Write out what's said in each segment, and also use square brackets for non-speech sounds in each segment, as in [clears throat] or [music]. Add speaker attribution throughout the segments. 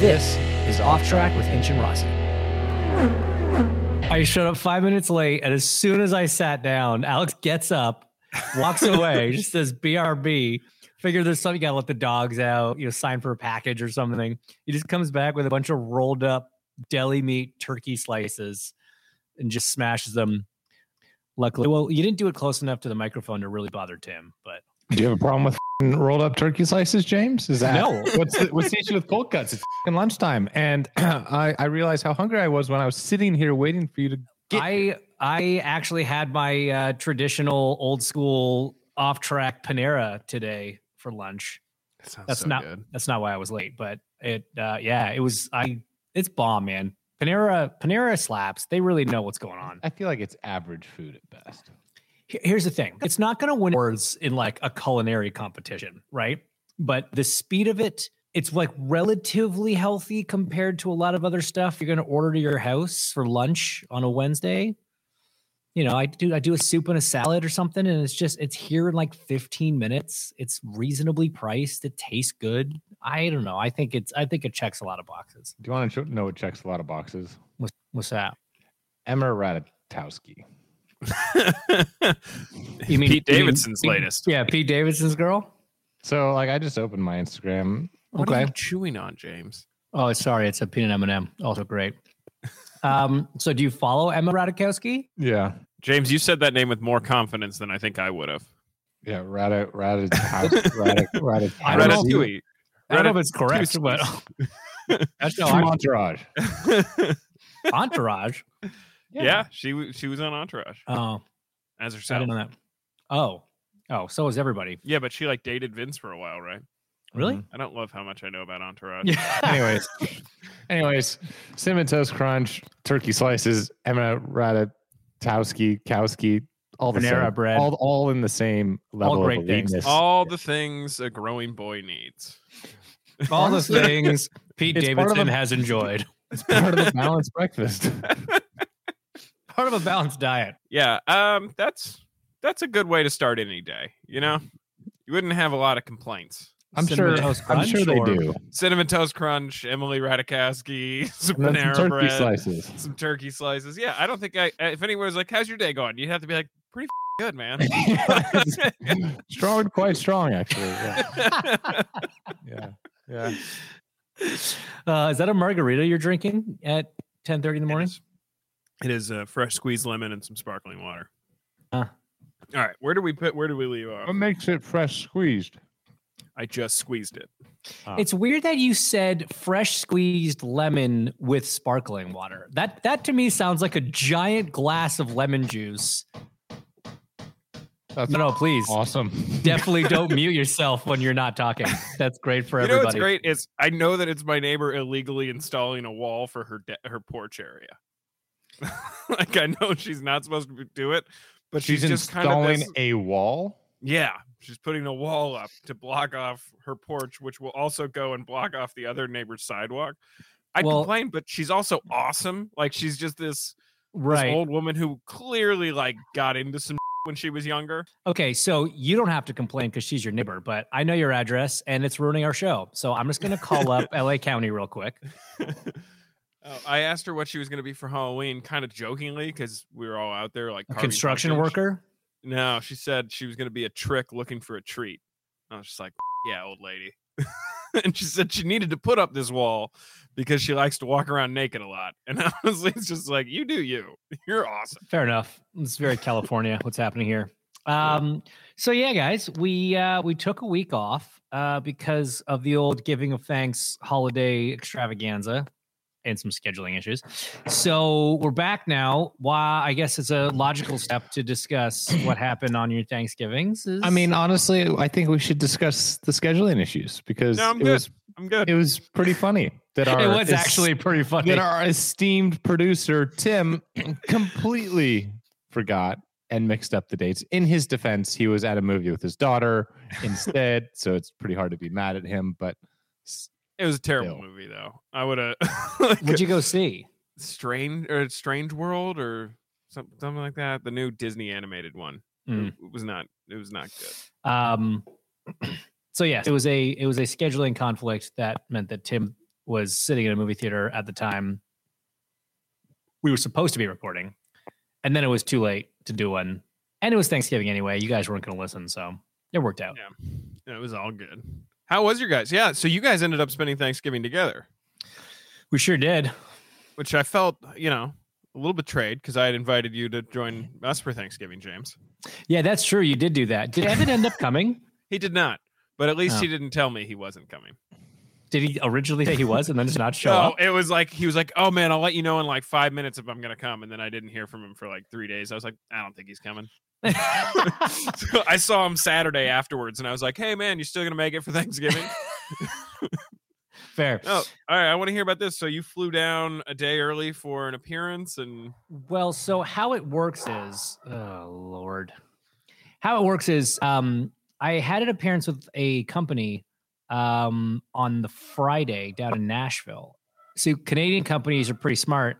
Speaker 1: This is Off Track with Hinch and Rossi.
Speaker 2: I showed up five minutes late, and as soon as I sat down, Alex gets up,
Speaker 1: [laughs]
Speaker 2: walks away, just says "BRB." Figure there's something you gotta let the dogs out, you know, sign for a package or something. He just comes back with a bunch of rolled up deli meat turkey slices and just smashes them. Luckily, well, you didn't do it close enough to the microphone to really bother Tim, but
Speaker 3: Do you have a problem with f***ing rolled up turkey slices, James? Is that
Speaker 2: No.
Speaker 3: What's the, what's the issue with cold cuts? It's f***ing lunchtime, and [clears throat] I I realized how hungry I was when I was sitting here waiting for you to get.
Speaker 2: I I actually had my uh, traditional old school off track Panera today for lunch.
Speaker 3: That sounds
Speaker 2: That's
Speaker 3: so
Speaker 2: not
Speaker 3: good.
Speaker 2: that's not why I was late, but it uh, yeah it was I it's bomb man. Panera Panera slaps. They really know what's going on.
Speaker 3: I feel like it's average food at best.
Speaker 2: Here- Here's the thing: it's not going to win awards in like a culinary competition, right? But the speed of it, it's like relatively healthy compared to a lot of other stuff you're going to order to your house for lunch on a Wednesday. You know, I do I do a soup and a salad or something, and it's just it's here in like 15 minutes. It's reasonably priced. It tastes good. I don't know. I think it's I think it checks a lot of boxes.
Speaker 3: Do you want to know what checks a lot of boxes?
Speaker 2: What's, what's that?
Speaker 3: Emma Ratajkowski.
Speaker 2: You mean
Speaker 4: Pete
Speaker 2: you mean-
Speaker 4: Davidson's
Speaker 2: Pete-
Speaker 4: latest.
Speaker 2: Yeah, Pete Davidson's girl.
Speaker 3: So, like, I just opened my Instagram.
Speaker 4: What are
Speaker 2: Okay.
Speaker 4: you chewing on, James?
Speaker 2: Oh, sorry, it's a peanut M and M. Also great. Um, so do you follow Emma Ratajkowski?
Speaker 3: Yeah,
Speaker 4: James, you said that name with more confidence than I think I would have.
Speaker 3: yeah, Rata Ratajkowski. [laughs] Rata,
Speaker 2: I don't know.
Speaker 4: Ratatouille.
Speaker 2: I don't know if it's correct,
Speaker 4: Ratajkowski.
Speaker 2: but [laughs]
Speaker 4: [laughs]
Speaker 3: That's
Speaker 2: no,
Speaker 3: from
Speaker 2: I-
Speaker 3: Entourage.
Speaker 2: Entourage.
Speaker 4: yeah. she w- she was on Entourage
Speaker 2: Oh,
Speaker 4: as
Speaker 2: I
Speaker 4: herself.
Speaker 2: didn't know that. Oh, oh, so is everybody
Speaker 4: Yeah, but she like dated Vince for a while, right?
Speaker 2: really?
Speaker 4: I don't love how much I know about Entourage.
Speaker 2: [laughs] Yeah.
Speaker 3: anyways, [laughs] anyways, cinnamon toast crunch, turkey slices, Emma Ratatowski, Kowski, all the
Speaker 2: Panera
Speaker 3: same,
Speaker 2: bread.
Speaker 3: all, all in the same level
Speaker 2: great
Speaker 3: of
Speaker 2: things.
Speaker 3: eliteness.
Speaker 4: All the things a growing boy needs.
Speaker 2: All the
Speaker 3: Honestly,
Speaker 2: things Pete
Speaker 3: it's part of
Speaker 2: Davidson
Speaker 3: a-
Speaker 2: has enjoyed.
Speaker 3: It's part of a balanced breakfast.
Speaker 2: [laughs] Part of a balanced diet.
Speaker 4: Yeah, um, that's that's a good way to start any day. You know, you wouldn't have a lot of complaints.
Speaker 3: I'm
Speaker 2: Cinnamon
Speaker 3: sure.
Speaker 2: Toast
Speaker 3: I'm sure
Speaker 2: Crunch
Speaker 3: they
Speaker 2: or-
Speaker 3: do.
Speaker 4: Cinnamon toast crunch, Emily Ratajkowski, [laughs] some
Speaker 3: And then
Speaker 4: Panera
Speaker 3: some turkey
Speaker 4: bread,
Speaker 3: slices.
Speaker 4: some turkey slices. Yeah, I don't think I. If anyone was like, "How's your day going?" You'd have to be like, "Pretty f- good, man." [laughs]
Speaker 3: [laughs] strong, quite strong, actually. Yeah, yeah. yeah.
Speaker 2: Uh, is that a margarita you're drinking at 10:30 in the morning?
Speaker 4: It is, it is a fresh squeezed lemon and some sparkling water.
Speaker 2: Ah.
Speaker 4: All right, where do we put? Where do we leave off?
Speaker 3: What makes it fresh squeezed?
Speaker 4: I just squeezed it.
Speaker 2: It's weird that you said fresh squeezed lemon with sparkling water. That that to me sounds like a giant glass of lemon juice.
Speaker 3: That's
Speaker 2: No, no, please.
Speaker 3: awesome.
Speaker 4: [laughs]
Speaker 2: Definitely don't mute yourself when you're not talking. That's great for
Speaker 4: you know
Speaker 2: everybody.
Speaker 4: what's great is I know that it's my neighbor illegally installing a wall for her de- her porch area. [laughs] like I know she's not supposed to do it, but she's,
Speaker 3: She's,
Speaker 4: just kind of
Speaker 3: installing
Speaker 4: this,
Speaker 3: a wall.
Speaker 4: yeah. She's putting a wall up to block off her porch, which will also go and block off the other neighbor's sidewalk. I
Speaker 2: Well-
Speaker 4: complain, but she's also awesome. Like she's just this
Speaker 2: Right.
Speaker 4: this old woman who clearly like got into some [laughs] when she was younger.
Speaker 2: [laughs] okay, so you don't have to complain because she's your neighbor, but I know your address and it's ruining our show. So I'm just gonna call
Speaker 4: [laughs]
Speaker 2: up LA County real quick.
Speaker 4: Uh, I asked her what she was going to be for Halloween, kind of jokingly, because we were all out there like
Speaker 2: A
Speaker 4: carving
Speaker 2: construction
Speaker 4: pumpkins.
Speaker 2: worker.
Speaker 4: No, she said she was going to be a trick looking for a treat. I was just like, yeah, old lady. [laughs] and she said she needed to put up this wall because she likes to walk around naked a lot. And [laughs] honestly, it's just like you do you. You're awesome.
Speaker 2: Fair enough. It's very California. what's happening here? Um, so yeah, guys, we uh, we took a week off uh, because of the old giving of thanks holiday extravaganza and some scheduling issues. So we're back now. Why? I guess it's a logical step to discuss what happened on your Thanksgivings. Is,
Speaker 3: I mean, honestly, I think we should discuss the scheduling issues because
Speaker 4: No, I'm
Speaker 3: it
Speaker 4: good.
Speaker 3: was
Speaker 4: I'm good.
Speaker 3: it was pretty funny that
Speaker 2: [laughs]
Speaker 3: our
Speaker 2: it was
Speaker 3: es-
Speaker 2: actually pretty funny.
Speaker 3: that our esteemed producer Tim [clears throat] completely forgot and mixed up the dates. In his defense, he was at a movie with his daughter instead, [laughs] so it's pretty hard to be mad at him. But s-
Speaker 4: It was a terrible
Speaker 3: Ew.
Speaker 4: movie though. I would [laughs] have
Speaker 2: What'd you go see?
Speaker 4: Strange or Strange World or some- something like that. The new Disney animated one.
Speaker 2: Mm.
Speaker 4: It it was not it was not good.
Speaker 2: Um, [clears throat] so yes, it was a it was a scheduling conflict that meant that Tim was sitting in a movie theater at the time we were supposed to be recording, and then it was too late to do one, and it was Thanksgiving anyway. You guys weren't going to listen, so it worked out.
Speaker 4: Yeah. It was all good. How was your guys? Yeah, so you guys ended up spending Thanksgiving together,
Speaker 2: We sure did.
Speaker 4: which I felt, you know, a little betrayed because I had invited you to join us for Thanksgiving, James.
Speaker 2: Yeah, that's true. You did do that. Did Evan end up coming?
Speaker 4: He did not, but at least
Speaker 2: Oh.
Speaker 4: he didn't tell me he wasn't coming.
Speaker 2: Did he originally say he was and then just not show
Speaker 4: no,
Speaker 2: up?
Speaker 4: it was like he was like, "Oh man, I'll let you know in like five minutes if I'm gonna come," and then I didn't hear from him for like three days. I was like, "I don't think he's coming." [laughs] so I saw him Saturday afterwards, and I was like, "Hey man, you still gonna make it for Thanksgiving?"
Speaker 2: [laughs] [laughs] Fair.
Speaker 4: oh, all right. I want to hear about this. So you flew down a day early for an appearance, and
Speaker 2: Well, so how it works is, oh Lord, how it works is, um, I had an appearance with a company um, on the Friday down in Nashville. So Canadian companies are pretty smart.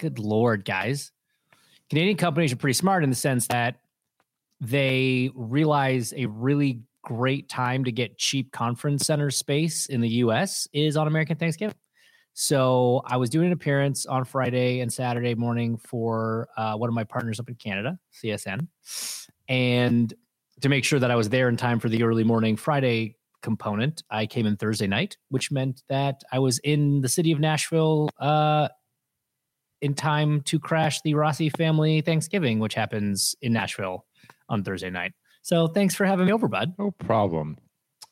Speaker 2: Good Lord, guys. Canadian companies are pretty smart in the sense that they realize a really great time to get cheap conference center space in the US is on American Thanksgiving. So I was doing an appearance on Friday and Saturday morning for uh, one of my partners up in Canada, CSN, and to make sure that I was there in time for the early morning Friday component, I came in Thursday night, which meant that I was in the city of Nashville uh, in time to crash the Rossi family Thanksgiving, which happens in Nashville on Thursday night. So thanks for having me over, bud.
Speaker 3: no problem.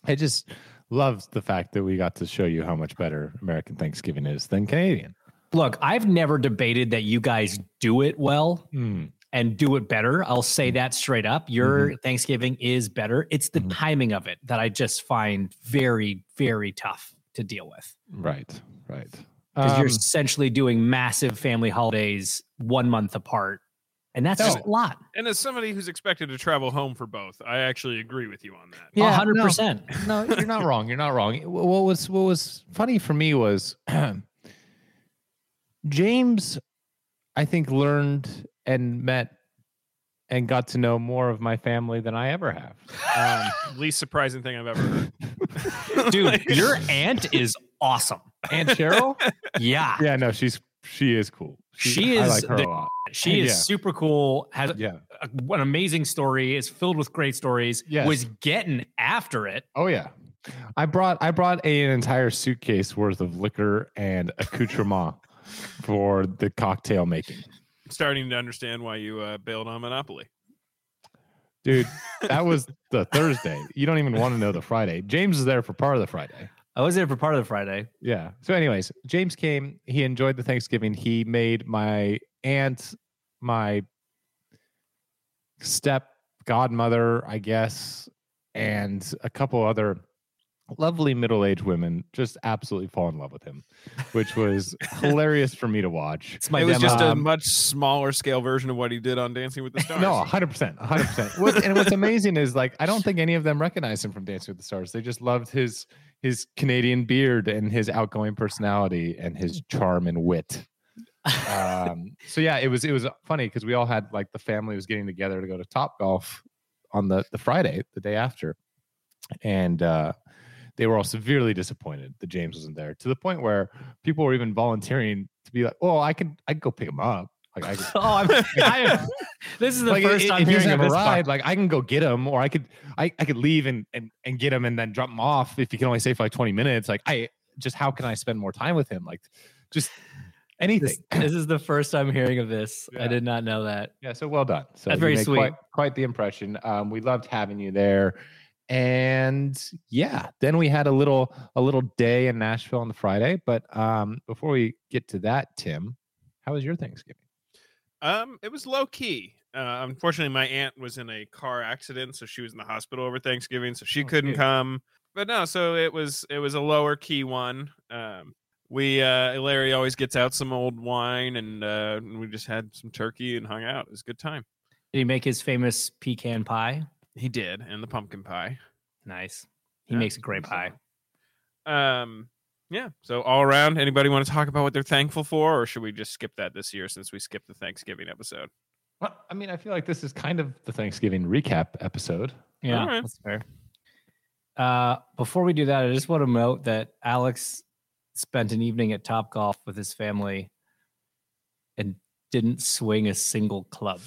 Speaker 3: I just love the fact that we got to show you how much better American Thanksgiving is than Canadian.
Speaker 2: Look, I've never debated that you guys do it well.
Speaker 3: Mm.
Speaker 2: and do it better. I'll say
Speaker 3: Mm-hmm.
Speaker 2: that straight up. Your Thanksgiving is better. It's the
Speaker 3: Mhm.
Speaker 2: timing of it that I just find very, very tough to deal with
Speaker 3: Right, right.
Speaker 2: because you're
Speaker 3: Um,
Speaker 2: essentially doing massive family holidays one month apart. And that's just a lot.
Speaker 4: and as somebody who's expected to travel home for both, I actually agree with you on that.
Speaker 2: A
Speaker 3: yeah, no.
Speaker 2: 100%.
Speaker 3: [laughs] no, you're not wrong. You're not wrong. Wh- What was what was funny for me was [clears throat] James, I think, learned and met and got to know more of my family than I ever have.
Speaker 4: Um, [laughs] least surprising thing I've ever
Speaker 2: [laughs]
Speaker 4: heard.
Speaker 2: Dude,
Speaker 4: [laughs] Like-
Speaker 2: your aunt is awesome.
Speaker 3: Aunt Cheryl?
Speaker 2: Yeah.
Speaker 3: [laughs] yeah, no, she's she is cool.
Speaker 2: She
Speaker 3: I
Speaker 2: is
Speaker 3: like her
Speaker 2: the- [laughs]
Speaker 3: a lot.
Speaker 2: She is
Speaker 3: Yeah.
Speaker 2: super cool, has
Speaker 3: Yeah.
Speaker 2: a, an amazing story, is filled with great stories,
Speaker 3: Yes.
Speaker 2: was getting after it.
Speaker 3: Oh yeah. I brought I brought a, an entire suitcase worth of liquor and accoutrement for the cocktail making.
Speaker 4: I'm starting to understand why you uh, bailed on Monopoly.
Speaker 3: Dude, that was the Thursday. You don't even want to know the Friday. James is there for part of the Friday.
Speaker 2: I was there for part of the Friday.
Speaker 3: Yeah. So, anyways, James came. He enjoyed the Thanksgiving. He made my aunt, my step godmother, I guess, and a couple other lovely middle aged women just absolutely fall in love with him, which was hilarious for me to watch.
Speaker 2: It's my
Speaker 4: it was
Speaker 2: demo.
Speaker 4: just a
Speaker 3: Um,
Speaker 4: much smaller scale version of what he did on Dancing with the Stars.
Speaker 3: No, 100%. 100%. What, and what's amazing is like, I don't think any of them recognized him from Dancing with the Stars. They just loved his his Canadian beard and his outgoing personality and his charm and wit. Um, so yeah, it was it was funny because we all had like the family was getting together to go to Top Golf on the the Friday, the day after. And uh they were all severely disappointed that James wasn't there to the point where people were even volunteering to be like, "Oh, I can I can go pick him up." Like I, could-
Speaker 2: Oh,
Speaker 4: [laughs]
Speaker 2: I'm, I am, this is the
Speaker 3: like,
Speaker 2: first
Speaker 3: i-
Speaker 2: time
Speaker 3: if he's
Speaker 2: hearing of
Speaker 3: gonna
Speaker 2: this. part.
Speaker 3: ride, like I can go get him, or I could I, I could leave and, and and get him and then drop him off if you can only stay for like twenty minutes. Like I just how can I spend more time with him? Like just anything.
Speaker 2: This, this is the first time hearing of this. I
Speaker 3: Yeah.
Speaker 2: did not know that.
Speaker 3: [laughs] Yeah, so well done. So
Speaker 2: That's
Speaker 3: you
Speaker 2: very
Speaker 3: made
Speaker 2: sweet.
Speaker 3: Quite, quite the impression. Um, we loved having you there, and yeah, then we had a little a little day in Nashville on the Friday. But um, before we get to that, Tim, how was your Thanksgiving?
Speaker 4: Um, it was low key. Uh, unfortunately, my aunt was in a car accident, so she was in the hospital over Thanksgiving, so she
Speaker 3: Oh,
Speaker 4: couldn't
Speaker 3: shoot.
Speaker 4: come. But no, so it was it was a lower key one. Um, we uh, Larry always gets out some old wine, and uh, we just had some turkey and hung out. It was a good time.
Speaker 2: Did he make his famous pecan pie?
Speaker 4: He did, and the pumpkin pie.
Speaker 2: Nice. He
Speaker 4: Yeah,
Speaker 2: makes a great pie.
Speaker 4: absolutely. Um, yeah. So all around, anybody want to talk about what they're thankful for, or should we just skip that this year since we skipped the Thanksgiving episode?
Speaker 3: Well, I mean, I feel like this is kind of the Thanksgiving recap episode.
Speaker 2: Yeah,
Speaker 4: Alright.
Speaker 2: that's fair. Uh, before we do that, I just want to note that Alex spent an evening at Top Golf with his family and didn't swing a single club.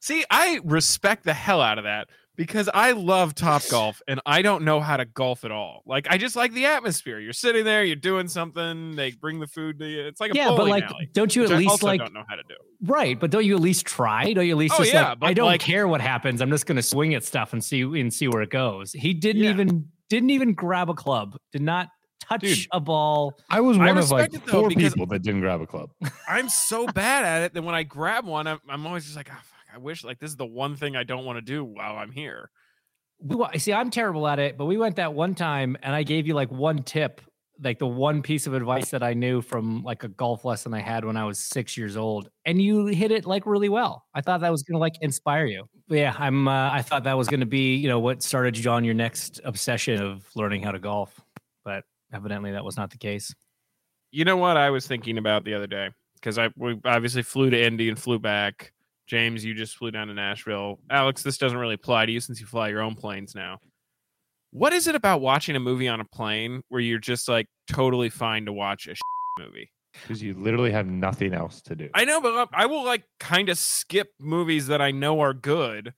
Speaker 4: See, I respect the hell out of that because I love Top [laughs] Golf and I don't know how to golf at all. Like I just like the atmosphere. You're sitting there, you're doing something. They bring the food to you. It's like a
Speaker 2: yeah,
Speaker 4: bowling
Speaker 2: but like,
Speaker 4: alley,
Speaker 2: don't you
Speaker 4: which
Speaker 2: at
Speaker 4: I
Speaker 2: least
Speaker 4: also
Speaker 2: like
Speaker 4: don't know how to do.
Speaker 2: right? But don't you at least try? Don't you at least
Speaker 4: Oh,
Speaker 2: just
Speaker 4: yeah,
Speaker 2: like
Speaker 4: but,
Speaker 2: I don't
Speaker 4: like-
Speaker 2: care what happens. I'm just going to swing at stuff and see and see where it goes. He didn't
Speaker 4: Yeah.
Speaker 2: even didn't even grab a club. Did not touch
Speaker 3: Dude.
Speaker 2: a ball.
Speaker 3: I was
Speaker 4: I
Speaker 3: one of like
Speaker 4: respect it, though,
Speaker 3: four
Speaker 4: because-
Speaker 3: people that didn't grab a club.
Speaker 4: I'm so bad at it that when I grab one, I'm, I'm always just like, oh, fuck, I wish like this is the one thing I don't want to do while I'm here.
Speaker 2: we wa- see i'm terrible at it but we went that one time and i gave you like one tip like the one piece of advice that i knew from like a golf lesson i had when i was six years old and you hit it like really well i thought that was gonna like inspire you But yeah i'm uh, i thought that was gonna be you know what started you on your next obsession of learning how to golf but evidently that was not the case
Speaker 4: You know what I was thinking about the other day because I we obviously flew to Indy and flew back. James, you just flew down to Nashville. Alex, this doesn't really apply to you since you fly your own planes now. What is it about watching a movie on a plane where you're just like totally fine to watch a [laughs] movie?
Speaker 3: Because you literally have nothing else to do.
Speaker 4: I know, but uh, I will like kind of skip movies that I know are good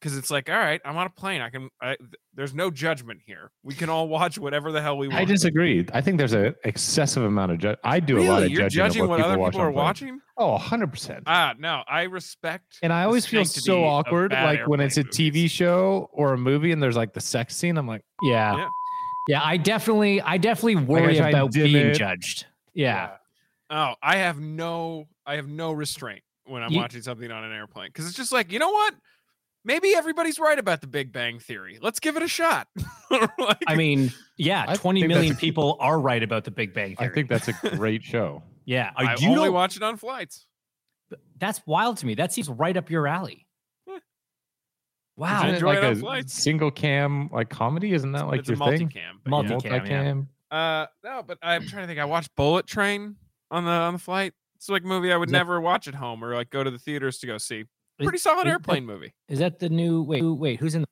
Speaker 4: because it's like, all right, I'm on a plane. I can. I, th- there's no judgment here. We can all watch whatever the hell we want.
Speaker 3: I disagree. I think there's an excessive amount of judge. I do
Speaker 4: really,
Speaker 3: a lot of
Speaker 4: you're
Speaker 3: judging,
Speaker 4: judging
Speaker 3: of
Speaker 4: what,
Speaker 3: what,
Speaker 4: other
Speaker 3: watch
Speaker 4: people
Speaker 3: on
Speaker 4: are
Speaker 3: plane.
Speaker 4: watching.
Speaker 3: Oh, 100 percent.
Speaker 4: Ah, no, I respect.
Speaker 3: And I
Speaker 4: the
Speaker 3: always feel
Speaker 4: sanctity
Speaker 3: so
Speaker 4: of
Speaker 3: awkward,
Speaker 4: bad
Speaker 3: like when it's a
Speaker 4: airplane
Speaker 3: TV
Speaker 4: movies.
Speaker 3: show or a movie, and there's like the sex scene. I'm like,
Speaker 2: yeah
Speaker 4: Yeah.
Speaker 2: yeah, i definitely i definitely worry
Speaker 3: try and
Speaker 2: about
Speaker 3: dim
Speaker 2: being
Speaker 3: it.
Speaker 2: judged yeah
Speaker 4: Oh, I have no, I have no restraint when I'm
Speaker 2: You-
Speaker 4: watching something on an airplane because it's just like, you know what? Maybe everybody's right about the Big Bang Theory. Let's give it a shot. [laughs] Like,
Speaker 2: I mean, yeah,
Speaker 3: I
Speaker 2: 20
Speaker 3: think that's-
Speaker 2: million people are right about the Big Bang
Speaker 3: I
Speaker 2: Theory.
Speaker 3: think that's a great
Speaker 4: [laughs]
Speaker 3: show.
Speaker 2: yeah,
Speaker 4: I
Speaker 2: you
Speaker 4: only
Speaker 2: don't-
Speaker 4: watch it on flights.
Speaker 2: that's wild to me. That seems right up your alley.
Speaker 4: Yeah.
Speaker 3: Isn't
Speaker 2: Wow.
Speaker 4: Enjoy
Speaker 3: like
Speaker 4: it on
Speaker 3: a
Speaker 4: flights.
Speaker 3: single cam like comedy? Isn't that like
Speaker 4: it's
Speaker 3: your
Speaker 4: a
Speaker 3: thing?
Speaker 4: multicam. but
Speaker 2: Multi-
Speaker 4: yeah.
Speaker 2: Multicam, yeah.
Speaker 3: Multicam.
Speaker 4: Uh, no, but I'm trying to think. I watched Bullet Train on the on the flight. It's like a movie I would
Speaker 2: Is that-
Speaker 4: never watch at home or like go to the theaters to go see.
Speaker 2: Is-
Speaker 4: Pretty solid
Speaker 2: is that-
Speaker 4: airplane movie.
Speaker 2: Is that the new wait, who, wait, who's in the,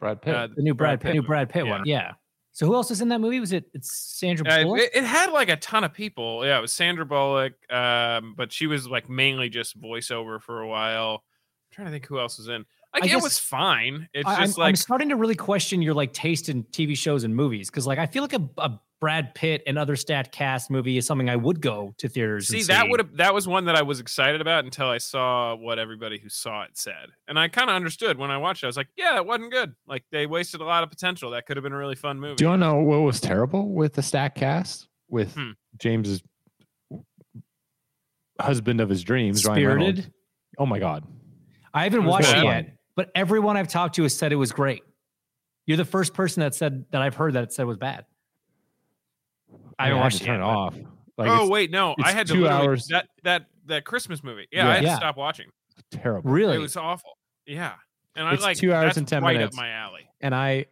Speaker 3: Brad Pitt.
Speaker 4: Uh,
Speaker 2: the new Brad,
Speaker 4: Brad
Speaker 2: Pitt
Speaker 4: Pitt
Speaker 2: new
Speaker 4: movie,
Speaker 2: Brad Pitt
Speaker 4: yeah.
Speaker 2: one? Yeah. So who else is in that movie? Was it it's Sandra
Speaker 4: Uh,
Speaker 2: Bullock?
Speaker 4: it, it had like a ton of people. Yeah, it was Sandra Bullock, um, but she was like mainly just voiceover for a while. I'm trying to think who else was in. Like
Speaker 2: I
Speaker 4: it
Speaker 2: guess-
Speaker 4: was fine. It's
Speaker 2: I, am
Speaker 4: just like
Speaker 2: starting to really question your like taste in TV shows and movies because like I feel like a, a Brad Pitt and other stat cast movie is something I would go to theaters.
Speaker 4: see
Speaker 2: and
Speaker 4: that would have that was one that I was excited about until I saw what everybody who saw it said, and I kind of understood when I watched it. I was like, yeah, that wasn't good. Like they wasted a lot of potential. That could have been a really fun movie.
Speaker 3: Do you want to know what was terrible with the stack cast with
Speaker 4: Hmm.
Speaker 3: James's husband of his dreams, Ryan Reynolds?
Speaker 2: Spirited.
Speaker 3: Oh my god!
Speaker 2: I haven't
Speaker 4: It was
Speaker 2: watched it
Speaker 4: bad.
Speaker 2: yet, but everyone I've talked to has said it was great. You're the first person that said that I've heard that said was bad. I haven't
Speaker 3: mean,
Speaker 2: watched
Speaker 3: to
Speaker 2: it
Speaker 3: Turn
Speaker 2: yet,
Speaker 3: it
Speaker 2: but-
Speaker 3: off. Like
Speaker 4: oh wait, no, I
Speaker 3: it's
Speaker 4: had to
Speaker 3: two
Speaker 4: literally-
Speaker 3: hours.
Speaker 4: that that that Christmas movie. Yeah,
Speaker 3: Yeah.
Speaker 4: I had
Speaker 2: Yeah.
Speaker 4: to stop watching.
Speaker 3: it's terrible.
Speaker 2: Really?
Speaker 4: It was awful. Yeah, and I
Speaker 3: It's
Speaker 4: like
Speaker 3: two hours
Speaker 4: that's
Speaker 3: and 10
Speaker 4: right
Speaker 3: minutes.
Speaker 4: up my alley.
Speaker 3: and I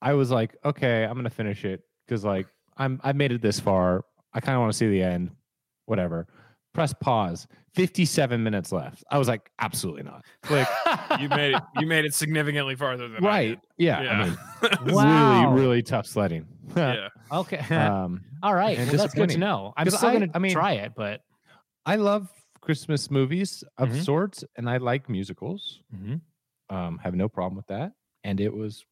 Speaker 3: I was like, okay, I'm gonna finish it because like I'm I made it this far. I kind of want to see the end. Whatever. Press pause. 57 minutes left. I was like, absolutely not. Like,
Speaker 4: [laughs] you made it you made it significantly farther than I
Speaker 3: right.
Speaker 4: did.
Speaker 3: Yeah.
Speaker 4: Yeah.
Speaker 3: I mean,
Speaker 4: [laughs]
Speaker 2: Wow.
Speaker 3: really, really tough sledding.
Speaker 4: yeah.
Speaker 3: [laughs]
Speaker 2: okay.
Speaker 3: um,
Speaker 2: [laughs] All right.
Speaker 3: and
Speaker 2: Well, that's good to
Speaker 3: disappointing.
Speaker 2: know. I'm
Speaker 3: 'Cause
Speaker 2: still
Speaker 3: I-
Speaker 2: going to
Speaker 3: I mean-
Speaker 2: try it, but
Speaker 3: I love Christmas movies of
Speaker 2: Mhm.
Speaker 3: sorts, and I like musicals.
Speaker 2: Mhm.
Speaker 3: Um, have no problem with that. And it was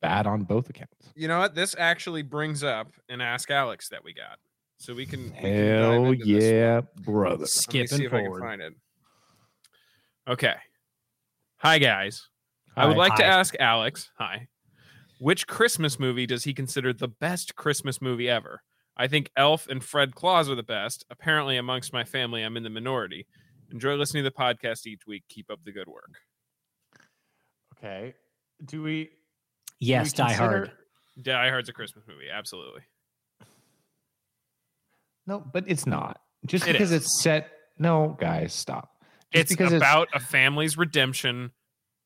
Speaker 3: bad on both accounts.
Speaker 4: You know what? This actually brings up an Ask Alex that we got, so we can. we can dive
Speaker 3: Hell
Speaker 4: into this.
Speaker 3: yeah, brother!
Speaker 4: Let me see
Speaker 2: Skipping
Speaker 4: if I can
Speaker 2: forward.
Speaker 4: find it. Okay. Hi guys. I would
Speaker 3: Hi.
Speaker 4: like to
Speaker 2: Hi.
Speaker 4: ask Alex. Hi. Which Christmas movie does he consider the best Christmas movie ever? I think Elf and Fred Claus are the best. Apparently, amongst my family, I'm in the minority. Enjoy listening to the podcast each week. Keep up the good work.
Speaker 3: Okay, do we? do
Speaker 2: Yes,
Speaker 3: we
Speaker 2: Die Hard.
Speaker 3: consider-
Speaker 4: Die Hard's a Christmas movie. Absolutely.
Speaker 3: No, but it's not. Just
Speaker 4: It
Speaker 3: because
Speaker 4: is.
Speaker 3: it's set. No, guys, stop. Just
Speaker 4: It's
Speaker 3: because
Speaker 4: about a family's redemption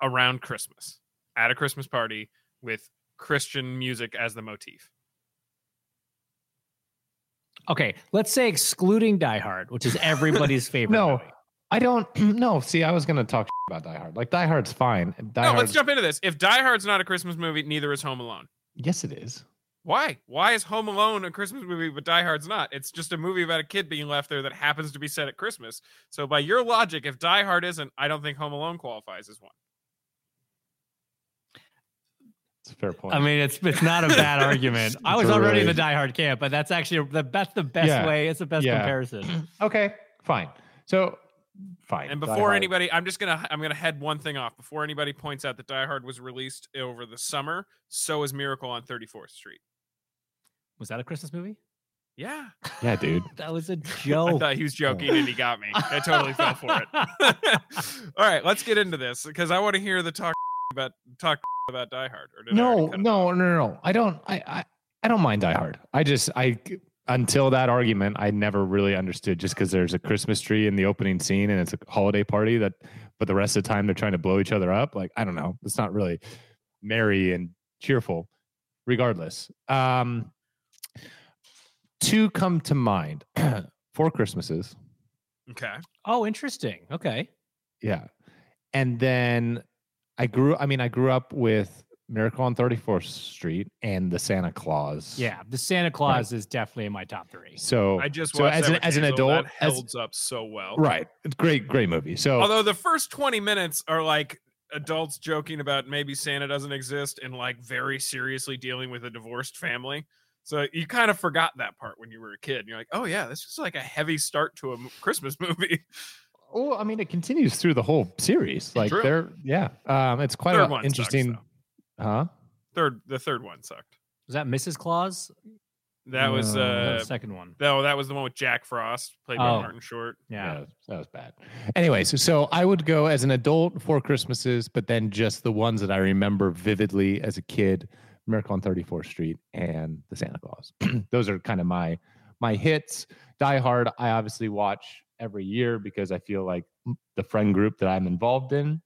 Speaker 4: around Christmas at a Christmas party with Christian music as the motif.
Speaker 2: Okay, let's say excluding Die Hard, which is [laughs] everybody's favorite.
Speaker 3: No.
Speaker 2: movie.
Speaker 3: I don't. [clears throat] No, see, I was gonna talk about Die Hard. Like Die Hard's fine. Die
Speaker 4: no,
Speaker 3: Hard.
Speaker 4: let's jump into this. If Die Hard's not a Christmas movie, neither is Home Alone.
Speaker 3: Yes, it is.
Speaker 4: Why? Why is Home Alone a Christmas movie, but Die Hard's not? It's just a movie about a kid being left there that happens to be set at Christmas. So, by your logic, if Die Hard isn't, I don't think Home Alone qualifies as one.
Speaker 3: It's a fair point.
Speaker 2: I mean it's it's not a bad argument. I was
Speaker 3: It's
Speaker 2: already in the
Speaker 3: alright.
Speaker 2: Die Hard camp, but that's actually the best the best
Speaker 3: Yeah.
Speaker 2: way. It's the best
Speaker 3: Yeah.
Speaker 4: [clears throat]
Speaker 2: comparison.
Speaker 3: okay, fine. So, fine.
Speaker 4: And
Speaker 3: Die
Speaker 4: before
Speaker 3: Hard.
Speaker 4: anybody, I'm just gonna I'm gonna head one thing off. Before anybody points out that Die Hard was released over the summer, so is Miracle on 34th Street. [laughs]
Speaker 2: Was that a Christmas movie?
Speaker 4: Yeah,
Speaker 3: yeah, dude.
Speaker 2: [laughs] That was a
Speaker 4: [laughs] I
Speaker 2: joke.
Speaker 4: thought he was joking, and he got me. I totally fell for it.
Speaker 3: [laughs]
Speaker 4: [laughs] All right, let's get into this because I want to hear the talk about talk about Die Hard. Or did I already
Speaker 3: No,
Speaker 4: cut it
Speaker 3: no, no,
Speaker 4: off?
Speaker 3: no, no. I don't. I, I, I don't mind Die Hard. I just, I, until that argument, I never really understood. Just because there's a Christmas tree in the opening scene and it's a holiday party that, but the rest of the time they're trying to blow each other up. Like I don't know. It's not really merry and cheerful. Regardless, um, two come to mind. [clears throat] Four Christmases.
Speaker 4: Okay,
Speaker 2: [laughs] oh, interesting. Okay.
Speaker 3: Yeah. And then I grew I mean I grew up with Miracle on 34th Street and the Santa Claus.
Speaker 2: Yeah. The Santa Claus is definitely in my top three.
Speaker 3: So
Speaker 4: I just
Speaker 3: Oh, so
Speaker 4: watched
Speaker 3: as
Speaker 4: that
Speaker 3: an,
Speaker 4: with
Speaker 3: as an
Speaker 4: Hazel,
Speaker 3: adult
Speaker 4: that
Speaker 3: as,
Speaker 4: holds up so well.
Speaker 3: right. Oh. It's great great movie. So
Speaker 4: Although the first 20 minutes are like adults joking about maybe Santa doesn't exist and like very seriously dealing with a divorced family. So you kind of forgot that part when you were a kid. And you're like, oh yeah, this is like a heavy start to a m- Christmas [laughs] movie.
Speaker 3: oh, I mean it continues through the whole series. Like
Speaker 4: True.
Speaker 3: they're yeah. Um it's quite
Speaker 4: Third
Speaker 3: a
Speaker 4: one sucks,
Speaker 3: interesting huh?
Speaker 4: Third, the third one sucked.
Speaker 2: Was that Mrs. Claus?
Speaker 4: That
Speaker 2: That was
Speaker 3: Uh,
Speaker 4: was uh,
Speaker 2: the second one.
Speaker 4: no, that was the one with Jack Frost played by
Speaker 2: Oh.
Speaker 4: Martin Short.
Speaker 2: Yeah.
Speaker 3: that was bad. Anyways, so I would go as an adult Four Christmases, but then just the ones that I remember vividly as a kid, Miracle on 34th Street and The Santa Claus. [clears throat] Those are kind of my my hits. Die Hard, I obviously watch every year because I feel like the friend group that I'm involved in,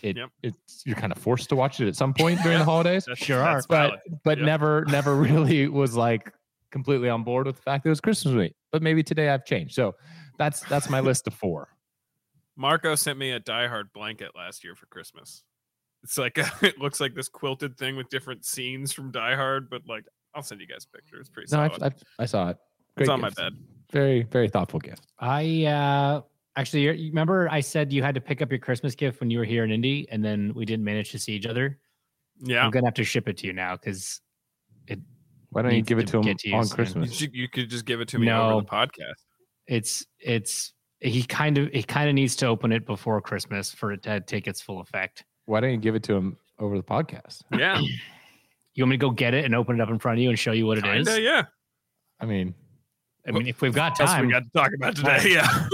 Speaker 3: it
Speaker 4: Yep.
Speaker 3: it's you're kind of forced to watch it at some point during the
Speaker 4: Yeah,
Speaker 3: holidays
Speaker 4: That's,
Speaker 2: Sure
Speaker 4: that's
Speaker 2: are,
Speaker 3: but
Speaker 4: valid.
Speaker 3: but
Speaker 4: Yep.
Speaker 3: never never really was like completely on board with the fact that it was Christmas week. But maybe today I've changed. So that's that's my list of
Speaker 4: [laughs]
Speaker 3: four.
Speaker 4: Marco sent me a Die Hard blanket last year for Christmas. It's like [laughs] it looks like this quilted thing with different scenes from Die Hard, but like I'll send you guys a picture. It's pretty
Speaker 3: No,
Speaker 4: solid.
Speaker 3: I, I, I saw it. Great
Speaker 4: it's on my
Speaker 3: gift.
Speaker 4: bed.
Speaker 3: Very very thoughtful gift.
Speaker 2: I uh actually you remember I said you had to pick up your Christmas gift when you were here in Indy and then we didn't manage to see each other.
Speaker 4: Yeah,
Speaker 2: I'm gonna have to ship it to you now because
Speaker 3: Why don't you
Speaker 2: Needs
Speaker 3: give it
Speaker 2: to
Speaker 3: to him
Speaker 2: get to you
Speaker 3: on
Speaker 2: soon.
Speaker 4: you,
Speaker 3: Christmas?
Speaker 4: should, you could just give it to me over
Speaker 2: No. [laughs]
Speaker 4: the podcast.
Speaker 2: it's it's he kind of he kind of needs to open it before Christmas for it to take its full effect.
Speaker 3: Why don't you give it to him over the podcast?
Speaker 4: Yeah,
Speaker 2: You want me to go get it and open it up in front of you and show you what it is?
Speaker 4: kinda, yeah.
Speaker 3: I mean,
Speaker 2: I mean, if we've got
Speaker 4: That's what
Speaker 2: time,
Speaker 4: we got to talk about today. Yeah,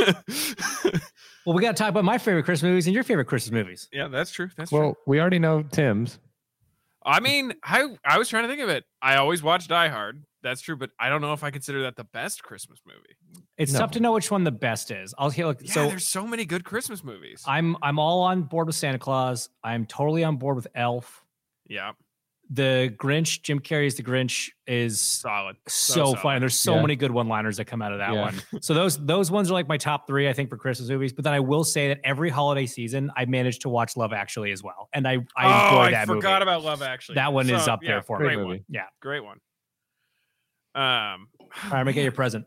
Speaker 4: [laughs]
Speaker 2: well, we got to talk about my favorite Christmas movies and your favorite Christmas movies.
Speaker 4: yeah, that's true. That's true.
Speaker 3: well, we already know Tim's.
Speaker 4: I mean, I I was trying to think of it. I always watch Die Hard. That's true, but I don't know if I consider that the best Christmas movie.
Speaker 2: It's
Speaker 3: No.
Speaker 2: tough to know which one the best is. I'll hear. Look,
Speaker 4: Yeah,
Speaker 2: so
Speaker 4: there's so many good Christmas movies.
Speaker 2: I'm I'm all on board with Santa Claus. I'm totally on board with Elf.
Speaker 4: yeah,
Speaker 2: The Grinch, Jim Carrey's The Grinch is
Speaker 4: solid.
Speaker 2: so,
Speaker 4: solid.
Speaker 2: fun. There's so
Speaker 3: Yeah.
Speaker 2: many good one-liners that come out of that
Speaker 3: Yeah.
Speaker 2: one. So those those ones are like my top three, I think, for Christmas movies. But then I will say that every holiday season, I managed to watch Love Actually as well, and I I
Speaker 4: oh,
Speaker 2: enjoy
Speaker 4: I
Speaker 2: that movie.
Speaker 4: forgot about Love Actually.
Speaker 2: that one is
Speaker 4: So,
Speaker 2: up
Speaker 4: yeah,
Speaker 2: there for
Speaker 3: Great
Speaker 2: me.
Speaker 4: great
Speaker 3: movie.
Speaker 4: one.
Speaker 2: Yeah.
Speaker 4: Great one. Um,
Speaker 2: All right, I'm gonna get your present.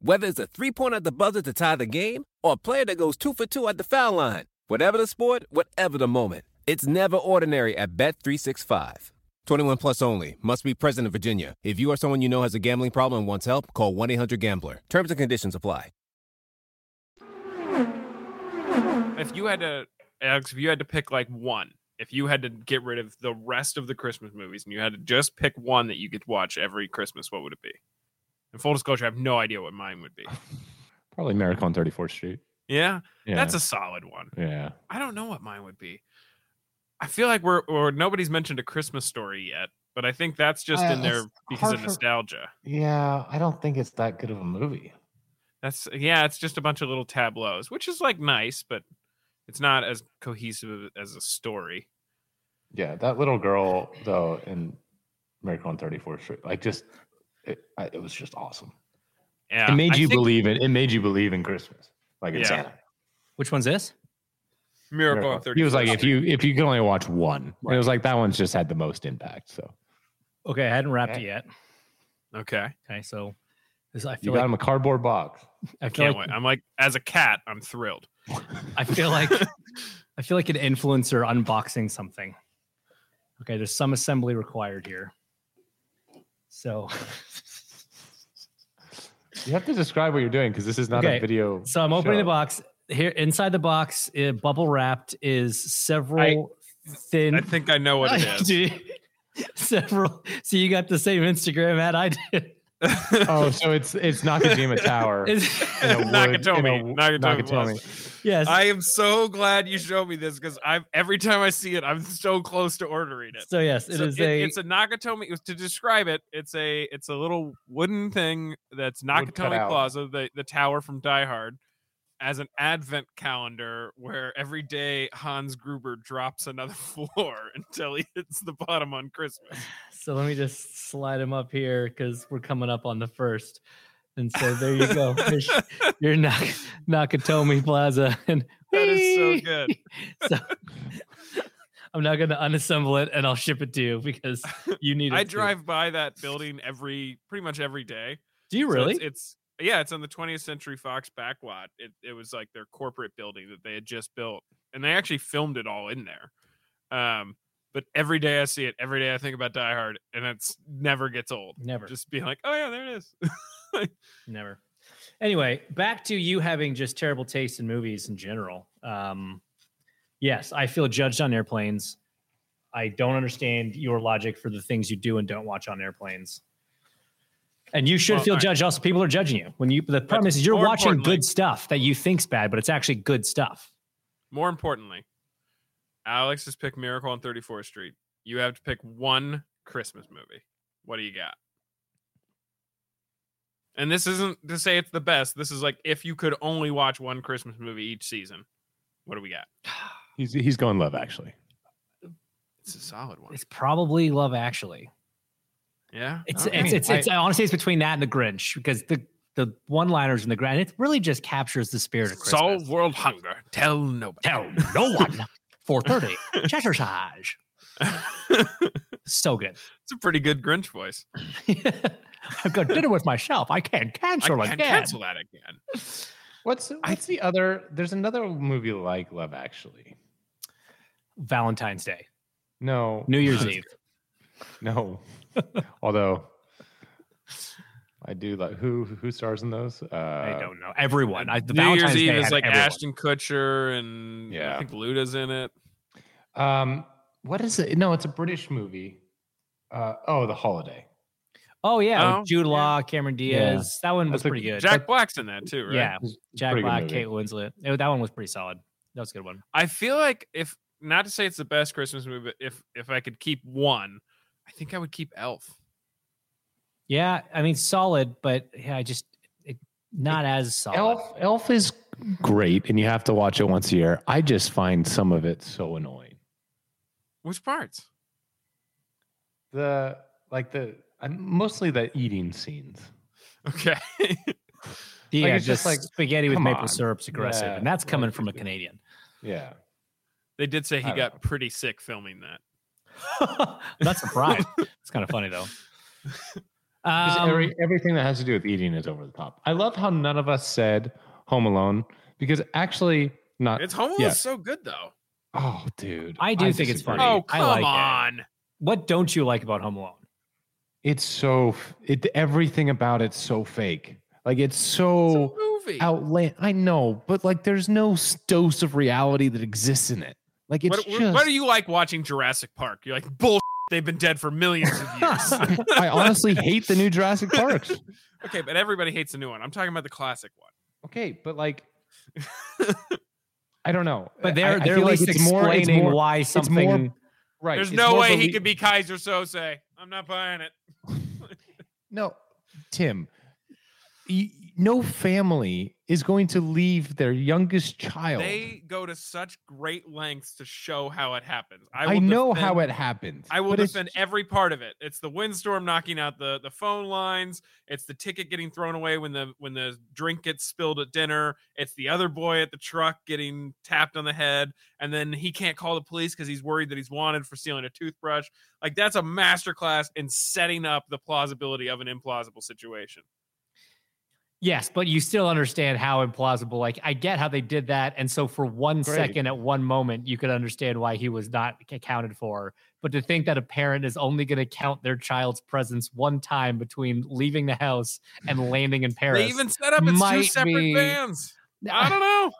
Speaker 5: Whether it's a three-pointer at the buzzer to tie the game or a player that goes two for two at the foul line. Whatever the sport, whatever the moment. It's never ordinary at Bet365. 21 plus only. Must be present in Virginia. If you or someone you know has a gambling problem and wants help, call 1-800-GAMBLER. Terms and conditions apply.
Speaker 4: If you had to, Alex, if you had to pick like one, if you had to get rid of the rest of the Christmas movies and you had to just pick one that you could watch every Christmas, what would it be? And full disclosure, I have no idea what mine would be.
Speaker 3: [laughs] Probably Miracle on 34th Street.
Speaker 2: [laughs]
Speaker 4: Yeah,
Speaker 3: Yeah.
Speaker 4: that's a solid one.
Speaker 3: yeah.
Speaker 4: I don't know what mine would be. I feel like we're or nobody's mentioned a Christmas story yet, but I think that's just
Speaker 3: Uh,
Speaker 4: in there
Speaker 3: it's
Speaker 4: because
Speaker 3: hard
Speaker 4: of
Speaker 3: for-
Speaker 4: nostalgia.
Speaker 3: Yeah, I don't think it's that good of a movie.
Speaker 4: That's yeah, it's just a bunch of little tableaus, which is like nice, but it's not as cohesive as a story.
Speaker 3: Yeah, that little girl though in Miracle on 34th Street, like just it, I, it was just awesome.
Speaker 4: Yeah,
Speaker 3: it made
Speaker 4: I
Speaker 3: you
Speaker 4: think
Speaker 3: believe in it made you believe in Christmas, like in
Speaker 4: Yeah.
Speaker 3: Santa.
Speaker 2: Which one's this?
Speaker 4: Miracle on
Speaker 3: Miracle.
Speaker 4: Thirty.
Speaker 3: He was like, if you if you could only watch one, it was like that one's just had the most impact. So
Speaker 2: Okay, I hadn't wrapped it yet.
Speaker 4: okay,
Speaker 2: Okay, so this, I
Speaker 3: you
Speaker 2: feel
Speaker 3: got
Speaker 2: like
Speaker 3: him a cardboard box.
Speaker 2: I feel
Speaker 4: can't
Speaker 2: like
Speaker 4: wait. I'm like, as a cat, I'm thrilled.
Speaker 2: I feel like I feel like an influencer unboxing something. Okay, there's some assembly required here. So [laughs]
Speaker 3: You have to describe what you're doing because this is not
Speaker 2: Okay,
Speaker 3: a video.
Speaker 2: so I'm opening the
Speaker 3: show.
Speaker 2: box. Here inside the box, uh, bubble wrapped is several thin
Speaker 4: I think I
Speaker 2: [laughs]
Speaker 3: [laughs]
Speaker 4: know what it [laughs] is.
Speaker 2: Dude, several. So you got the same Instagram ad I did. [laughs]
Speaker 3: Oh, so it's it's Nakajima Tower. in
Speaker 2: It's-
Speaker 3: a wood- in a
Speaker 4: Nakatomi,
Speaker 3: w-
Speaker 4: Nakatomi Plaza.
Speaker 2: yes.
Speaker 4: I am so glad you showed me this because I'm every time I see it, I'm so close to ordering it.
Speaker 2: so yes, it is
Speaker 4: So
Speaker 2: a.
Speaker 4: it's a Nakatomi. To describe it, it's a it's a little wooden thing that's Nakatomi
Speaker 3: cutout.
Speaker 4: Plaza, the the tower from Die Hard, as an advent calendar where every day Hans Gruber drops another [laughs] floor until he hits the bottom on Christmas.
Speaker 2: so let me just slide them up here because we're coming up on the first. And so there you
Speaker 4: [laughs]
Speaker 2: go. There's You're Nak- Nakatomi Plaza, [laughs] and
Speaker 4: That is so
Speaker 2: Whee! [laughs]
Speaker 4: good.
Speaker 2: So, [laughs] I'm not going to unassemble it, and I'll ship it to you because you need. It
Speaker 4: I
Speaker 2: too.
Speaker 4: drive by that building every pretty much every day.
Speaker 2: Do you
Speaker 4: So
Speaker 2: Oh, really?
Speaker 4: It's, it's yeah, it's on the 20th Century Fox back lot. It it was like their corporate building that they had just built, and they actually filmed it all in there. Um, but every day I see it, every day I think about Die Hard, and it's never gets old.
Speaker 2: never,
Speaker 4: Just being like, oh yeah, there it is. [laughs]
Speaker 2: never. Anyway, back to you having just terrible taste in movies in general. Um, yes, I feel judged on airplanes. I don't understand your logic for the things you do and don't watch on airplanes. And you should
Speaker 4: Well,
Speaker 2: feel
Speaker 4: I-
Speaker 2: judged. Also, people are judging you when you. The problem is you're
Speaker 4: more
Speaker 2: watching
Speaker 4: importantly-
Speaker 2: good stuff that you think's bad, but it's actually good stuff.
Speaker 4: More importantly, Alex has picked Miracle on 34th Street. You have to pick one Christmas movie. What do you got? And this isn't to say it's the best. This is like if you could only watch one Christmas movie each season, what do we got?
Speaker 3: He's he's going love actually.
Speaker 4: It's a solid one.
Speaker 2: It's probably Love Actually.
Speaker 4: Yeah.
Speaker 2: It's
Speaker 3: Okay.
Speaker 2: it's, it's
Speaker 3: I-
Speaker 2: it's honestly it's between that and the Grinch because the the one liners in the Grinch it really just captures the spirit of Christmas.
Speaker 4: Solve world hunger. Tell nobody.
Speaker 2: Tell
Speaker 4: [laughs]
Speaker 2: no one. Four thirty. Cheshire So good. [laughs]
Speaker 4: it's a pretty good Grinch voice.
Speaker 2: I've got dinner with myself. I can't cancel
Speaker 4: I can
Speaker 2: again.
Speaker 4: cancel that again.
Speaker 3: What's what's the other? There's another movie like Love Actually.
Speaker 2: Valentine's Day,
Speaker 3: No, [laughs]
Speaker 2: New Year's Eve.
Speaker 3: no. Although I do like who who stars in those? Uh,
Speaker 2: I don't know. Everyone. I, the
Speaker 4: New
Speaker 2: Valentine's
Speaker 4: Year's Eve
Speaker 2: Day
Speaker 4: is
Speaker 2: had
Speaker 4: like
Speaker 2: everyone.
Speaker 4: Ashton Kutcher and I
Speaker 3: Yeah.
Speaker 4: think Luda's in it.
Speaker 3: Um, what is it? No, it's a British movie. Uh, oh, The Holiday.
Speaker 2: Oh yeah,
Speaker 4: Oh,
Speaker 2: with Jude
Speaker 4: yeah.
Speaker 2: Law, Cameron
Speaker 3: Yeah.
Speaker 2: Diaz. That one was
Speaker 3: That's a-
Speaker 2: pretty good.
Speaker 4: Jack Black's in that too, right?
Speaker 2: Yeah,
Speaker 3: It's a
Speaker 2: Jack
Speaker 3: pretty good
Speaker 2: Black,
Speaker 3: movie.
Speaker 2: Kate Winslet. It- that one was pretty solid. That was a good one.
Speaker 4: I feel like if not to say it's the best Christmas movie, but if if I could keep one, I think I would keep Elf.
Speaker 2: Yeah, I mean solid, but yeah, I just it, not as solid.
Speaker 3: Elf Elf is great, and you have to watch it once a year. I just find some of it so annoying.
Speaker 4: Which parts? [laughs]
Speaker 3: The like the uh, mostly the eating scenes.
Speaker 4: Okay.
Speaker 2: yeah,
Speaker 3: it's
Speaker 2: just
Speaker 3: just
Speaker 2: like
Speaker 3: like,
Speaker 2: spaghetti with
Speaker 3: come
Speaker 2: maple
Speaker 3: on.
Speaker 2: syrup's aggressive,
Speaker 3: Yeah,
Speaker 2: and that's coming
Speaker 3: like-
Speaker 2: from a Canadian.
Speaker 3: Yeah,
Speaker 4: they did say
Speaker 3: I
Speaker 4: he
Speaker 3: don't
Speaker 4: got
Speaker 3: know.
Speaker 4: pretty sick filming that.
Speaker 2: [laughs] that's a pride. it's kind of funny though.
Speaker 3: Just
Speaker 2: Um,
Speaker 3: every, everything that has to do with eating is over the top. I love how none of us said Home Alone because actually
Speaker 2: Uh,
Speaker 3: not.
Speaker 4: It's Home Alone
Speaker 3: Yeah.
Speaker 4: is so good though.
Speaker 3: oh, dude,
Speaker 2: I do think it's
Speaker 3: disagree.
Speaker 2: funny.
Speaker 4: Oh
Speaker 2: I
Speaker 4: come
Speaker 2: like it.
Speaker 4: on!
Speaker 2: what don't you like about Home Alone?
Speaker 3: It's so f- it everything about it's so fake. Like it's
Speaker 4: It's
Speaker 3: so
Speaker 4: a movie.
Speaker 3: outland. I know, but like there's no s- dose of reality that exists in it. Like it's
Speaker 4: What, what-
Speaker 3: just.
Speaker 4: what
Speaker 3: [laughs]
Speaker 4: are you like watching Jurassic Park? You're like bull. They've been dead for millions of years.
Speaker 3: [laughs]
Speaker 4: [laughs]
Speaker 3: I honestly hate the new Jurassic Parks.
Speaker 4: okay, but everybody hates the new one. I'm talking about the classic one.
Speaker 3: Okay, but like, I don't know.
Speaker 2: [laughs] But
Speaker 3: I-
Speaker 2: they're
Speaker 3: I
Speaker 2: they're
Speaker 3: feel
Speaker 2: at least
Speaker 3: it's more- it's
Speaker 2: explaining
Speaker 3: more-
Speaker 2: why something.
Speaker 3: more- right.
Speaker 4: There's
Speaker 3: it's
Speaker 4: no
Speaker 3: more
Speaker 4: way he
Speaker 3: belie-
Speaker 4: could be Kaiser Sose. I'm not buying it.
Speaker 3: No, Tim, y- no family is going to leave their youngest child.
Speaker 4: They go to such great lengths to show how it happens. I,
Speaker 3: I,
Speaker 4: will
Speaker 3: know how
Speaker 4: defend-
Speaker 3: it happened.
Speaker 4: I will
Speaker 3: but it's-
Speaker 4: defend every part of it. It's the windstorm knocking out the the phone lines. It's the ticket getting thrown away when the when the drink gets spilled at dinner. It's the other boy at the truck getting tapped on the head, and then he can't call the police because he's worried that he's wanted for stealing a toothbrush. Like that's a masterclass in setting up the plausibility of an implausible situation.
Speaker 2: Yes, but you still understand how implausible. Like I get how they did that, and so for one second
Speaker 3: Great.
Speaker 2: at one moment, you could understand why he was not accounted for. But to think that a parent is only going to count their child's presence one time between leaving the house
Speaker 3: [laughs]
Speaker 2: and landing in Paris,
Speaker 4: They even set up it's two
Speaker 2: might
Speaker 4: separate
Speaker 2: be-
Speaker 4: vans. I don't know.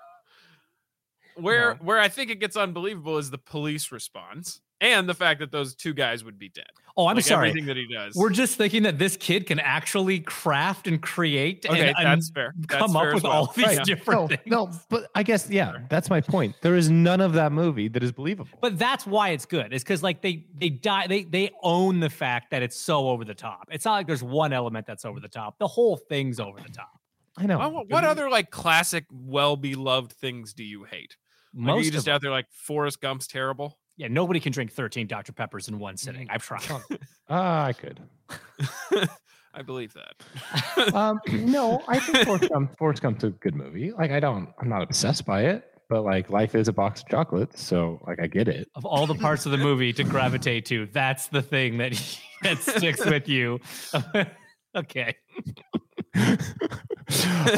Speaker 4: Where where I think it gets unbelievable is the police response and the fact that those two guys would be dead.
Speaker 2: oh, I'm
Speaker 4: Like,
Speaker 2: sorry.
Speaker 4: Everything that he does.
Speaker 2: We're just thinking that this kid can actually craft and create
Speaker 4: okay.
Speaker 2: and,
Speaker 4: that's fair.
Speaker 2: and
Speaker 4: That's
Speaker 2: come
Speaker 4: fair
Speaker 2: up
Speaker 4: as
Speaker 2: with
Speaker 4: well.
Speaker 2: all
Speaker 4: [laughs]
Speaker 2: these
Speaker 4: Yeah.
Speaker 3: no,
Speaker 2: different things.
Speaker 3: no, but I guess yeah, that's my point. There is none of that movie that is believable.
Speaker 2: But that's why it's good. It's because like they they die they they own the fact that it's so over the top. It's not like there's one element that's over the top. The whole thing's over the top.
Speaker 3: I know.
Speaker 4: Well, Oh, what- what other like classic, well beloved things do you hate? Like,
Speaker 2: Most
Speaker 4: are you just
Speaker 2: of them-
Speaker 4: out there like Forrest Gump's terrible?
Speaker 2: yeah, nobody can drink 13 Dr Peppers in one sitting.
Speaker 3: Mm.
Speaker 2: I've tried.
Speaker 3: Ah, I could.
Speaker 4: I
Speaker 2: [laughs]
Speaker 4: believe that.
Speaker 3: Um, no, I think
Speaker 4: [laughs]
Speaker 3: Forrest Gump, Forrest Gump's a good movie. Like I don't, I'm not obsessed by it, but like life is a box of chocolates, so like I get it. [laughs]
Speaker 2: Of all the parts of the movie to gravitate to, that's the thing that [laughs] that sticks with you. [laughs]
Speaker 3: [laughs]
Speaker 2: okay.
Speaker 4: [laughs]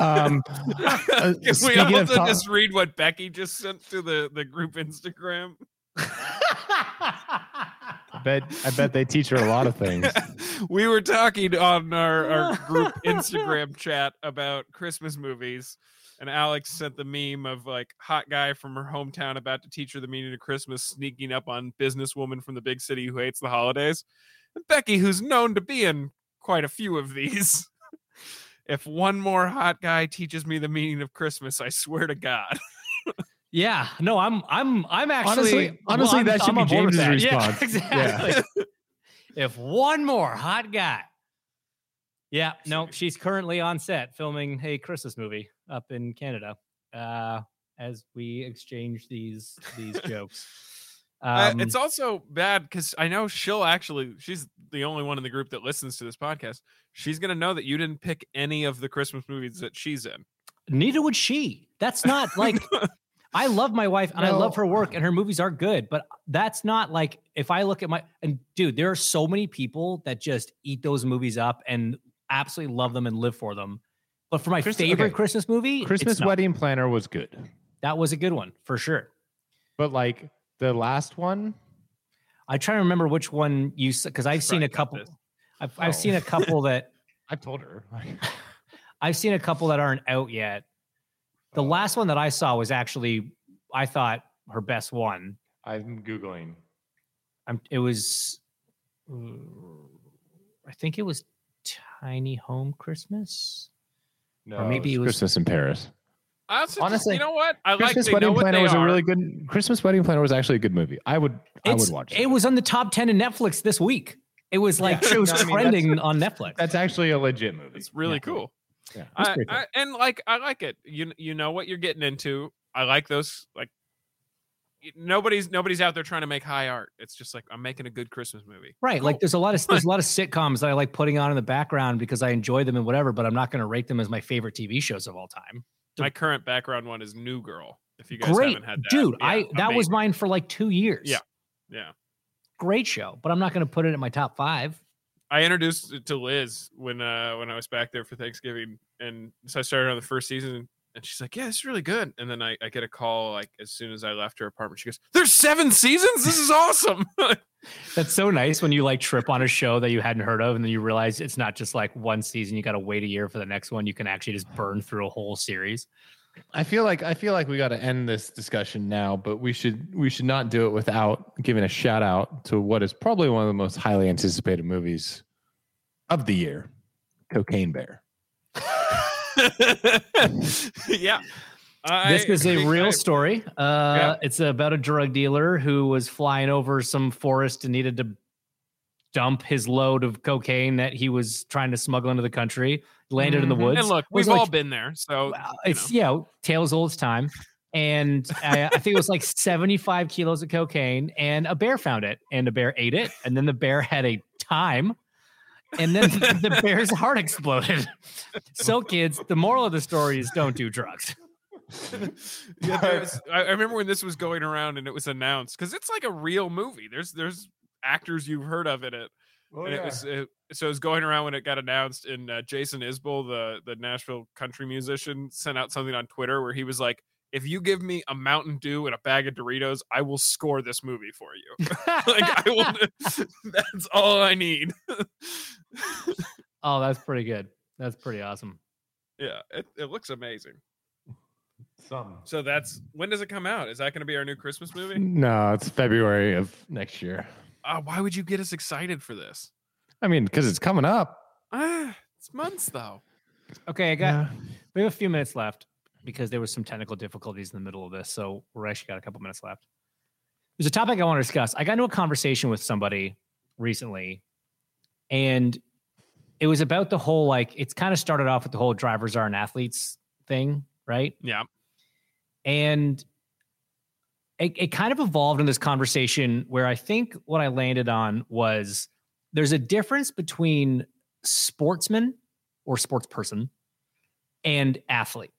Speaker 3: um, uh,
Speaker 4: Can we
Speaker 3: speaking
Speaker 4: also
Speaker 3: of top-
Speaker 4: just read what Becky just sent to the the group Instagram?
Speaker 3: I bet I bet they teach her a lot of
Speaker 4: [laughs]
Speaker 3: things.
Speaker 4: we were talking on our, our group Instagram chat about Christmas movies, and Alex sent the meme of like hot guy from her hometown about to teach her the meaning of Christmas, sneaking up on businesswoman from the big city who hates the holidays. And Becky, who's known to be in quite a few of these. [laughs] If one more hot guy teaches me the meaning of Christmas, I swear to God. [laughs]
Speaker 2: Yeah. No, I'm I'm I'm actually
Speaker 3: Honestly- honestly,
Speaker 2: I'm-
Speaker 3: that should
Speaker 2: I'm
Speaker 3: be
Speaker 2: on board with
Speaker 3: James's
Speaker 2: that. Yeah, [laughs]
Speaker 3: response.
Speaker 2: exactly. if one more hot guy. Yeah, no, she's currently on set filming a Christmas movie up in Canada. Uh as we exchange these
Speaker 4: [laughs]
Speaker 2: these jokes.
Speaker 4: Uh,
Speaker 2: Um,
Speaker 4: it's also bad because I know she'll actually, she's the only one in the group that listens to this podcast. She's going to know that you didn't pick any of the Christmas movies that she's in.
Speaker 2: neither would she. That's not like
Speaker 3: [laughs]
Speaker 2: I love my wife and I love her work and her movies are good, but that's not like if I look at my and dude, there are so many people that just eat those movies up and absolutely love them and live for them. But for my
Speaker 3: Christ-
Speaker 2: favorite
Speaker 3: okay.
Speaker 2: Christmas movie, it's
Speaker 3: Christmas
Speaker 2: not.
Speaker 3: Wedding Planner was good,
Speaker 2: that was a good one for sure.
Speaker 3: but like the last one,
Speaker 2: I try to remember which one you because I've seen
Speaker 4: Probably
Speaker 2: a
Speaker 4: got
Speaker 2: couple.
Speaker 4: this.
Speaker 2: I've, I've
Speaker 3: [laughs] Oh.
Speaker 2: seen a couple that
Speaker 3: I've told her. [laughs]
Speaker 2: I've seen a couple that aren't out yet. The
Speaker 3: Oh.
Speaker 2: last one that I saw was actually, I thought her best one.
Speaker 3: I'm Googling.
Speaker 2: I'm, it was, uh, I think it was Tiny Home Christmas.
Speaker 3: No,
Speaker 2: maybe it was-
Speaker 3: Christmas in Paris.
Speaker 4: Honestly,
Speaker 3: Honestly,
Speaker 4: you know what? I like
Speaker 3: Christmas
Speaker 4: they know
Speaker 3: Wedding
Speaker 4: what
Speaker 3: Planner
Speaker 4: they
Speaker 3: was
Speaker 4: are.
Speaker 3: a really good. Christmas Wedding Planner was actually a good movie. I would, I
Speaker 2: It's-
Speaker 3: would watch it.
Speaker 2: It was on the top ten in Netflix this week. It was like
Speaker 3: Yeah.
Speaker 2: it was
Speaker 3: No, I mean, that's-
Speaker 2: trending on Netflix.
Speaker 3: That's actually a legit movie.
Speaker 4: It's really
Speaker 3: Yeah.
Speaker 4: cool.
Speaker 3: Yeah.
Speaker 2: That's
Speaker 4: I,
Speaker 2: pretty cool.
Speaker 4: I, and like I like it. You you know what you're getting into. I like those like y- nobody's nobody's out there trying to make high art. It's just like I'm making a good Christmas movie.
Speaker 2: right. Like
Speaker 4: cool.
Speaker 2: there's a lot of there's a lot of sitcoms that I like putting on in the background because I enjoy them and whatever, but I'm not going to rate them as my favorite TV shows of all time.
Speaker 4: My current background one is New Girl. If you guys
Speaker 2: Great,
Speaker 4: haven't had that,
Speaker 2: dude.
Speaker 4: yeah,
Speaker 2: I that was
Speaker 4: amazing.
Speaker 2: mine for like two years.
Speaker 4: Yeah. yeah.
Speaker 2: great show, but I'm not going to put it in my top five.
Speaker 4: I introduced it to Liz when uh when I was back there for Thanksgiving, and so I started on the first season, and she's like, "Yeah, it's really good." And then I, I get a call like as soon as I left her apartment. She goes, "There's seven seasons. This is awesome." [laughs]
Speaker 2: That's so nice when you like trip on a show that you hadn't heard of, and then you realize it's not just like one season. You got to wait a year for the next one. You can actually just burn through a whole series.
Speaker 3: I feel like I feel like we got to end this discussion now, but we should we should not do it without giving a shout out to what is probably one of the most highly anticipated movies of the year, Cocaine Bear.
Speaker 4: yeah, I
Speaker 2: this is a
Speaker 4: think
Speaker 2: real
Speaker 4: I-
Speaker 2: story. Uh, It's about a drug dealer who was flying over some forest and needed to dump his load of cocaine that he was trying to smuggle into the country. Landed in
Speaker 4: Mhm.
Speaker 2: the woods.
Speaker 4: And look,
Speaker 2: was
Speaker 4: we've
Speaker 2: like,
Speaker 4: all been there. So
Speaker 2: "Wow," it's yeah, tales old as time. And I, I think it was like [laughs] 75 kilos of cocaine, and a bear found it, and the bear ate it, and then the bear had a time, and then the bear's heart
Speaker 4: [laughs]
Speaker 2: exploded. So, kids, the moral of the story is don't do drugs.
Speaker 4: [laughs] yeah, there was- I, I remember when this was going around and it was announced because it's like a real movie. There's there's actors you've heard of in it. and it was it, so it was going around when it got announced and uh, jason isbell the the nashville country musician sent out something on twitter where he was like if you give me a mountain dew and a bag of doritos i will score this movie for you
Speaker 2: [laughs]
Speaker 4: [laughs] like i will [laughs] that's all i need [laughs]
Speaker 2: Oh, that's pretty good. That's pretty awesome.
Speaker 4: yeah it, it looks amazing
Speaker 3: Some.
Speaker 4: so that's when does it come out is that going to be our new christmas movie
Speaker 3: No, it's February of next year.
Speaker 4: uh, why would you get us excited for this
Speaker 3: I mean, because it's coming up.
Speaker 4: ah it's months though
Speaker 2: Okay, I got we have a few minutes left because there was some technical difficulties in the middle of this, so we're actually got a couple minutes left. There's a topic I want to discuss. I got into a conversation with somebody recently, and it was about the whole like it's kind of started off with the whole drivers aren't athletes thing, right?
Speaker 4: yeah
Speaker 2: and it, it kind of evolved in this conversation where I think what I landed on was there's a difference between sportsman or sports person and athlete,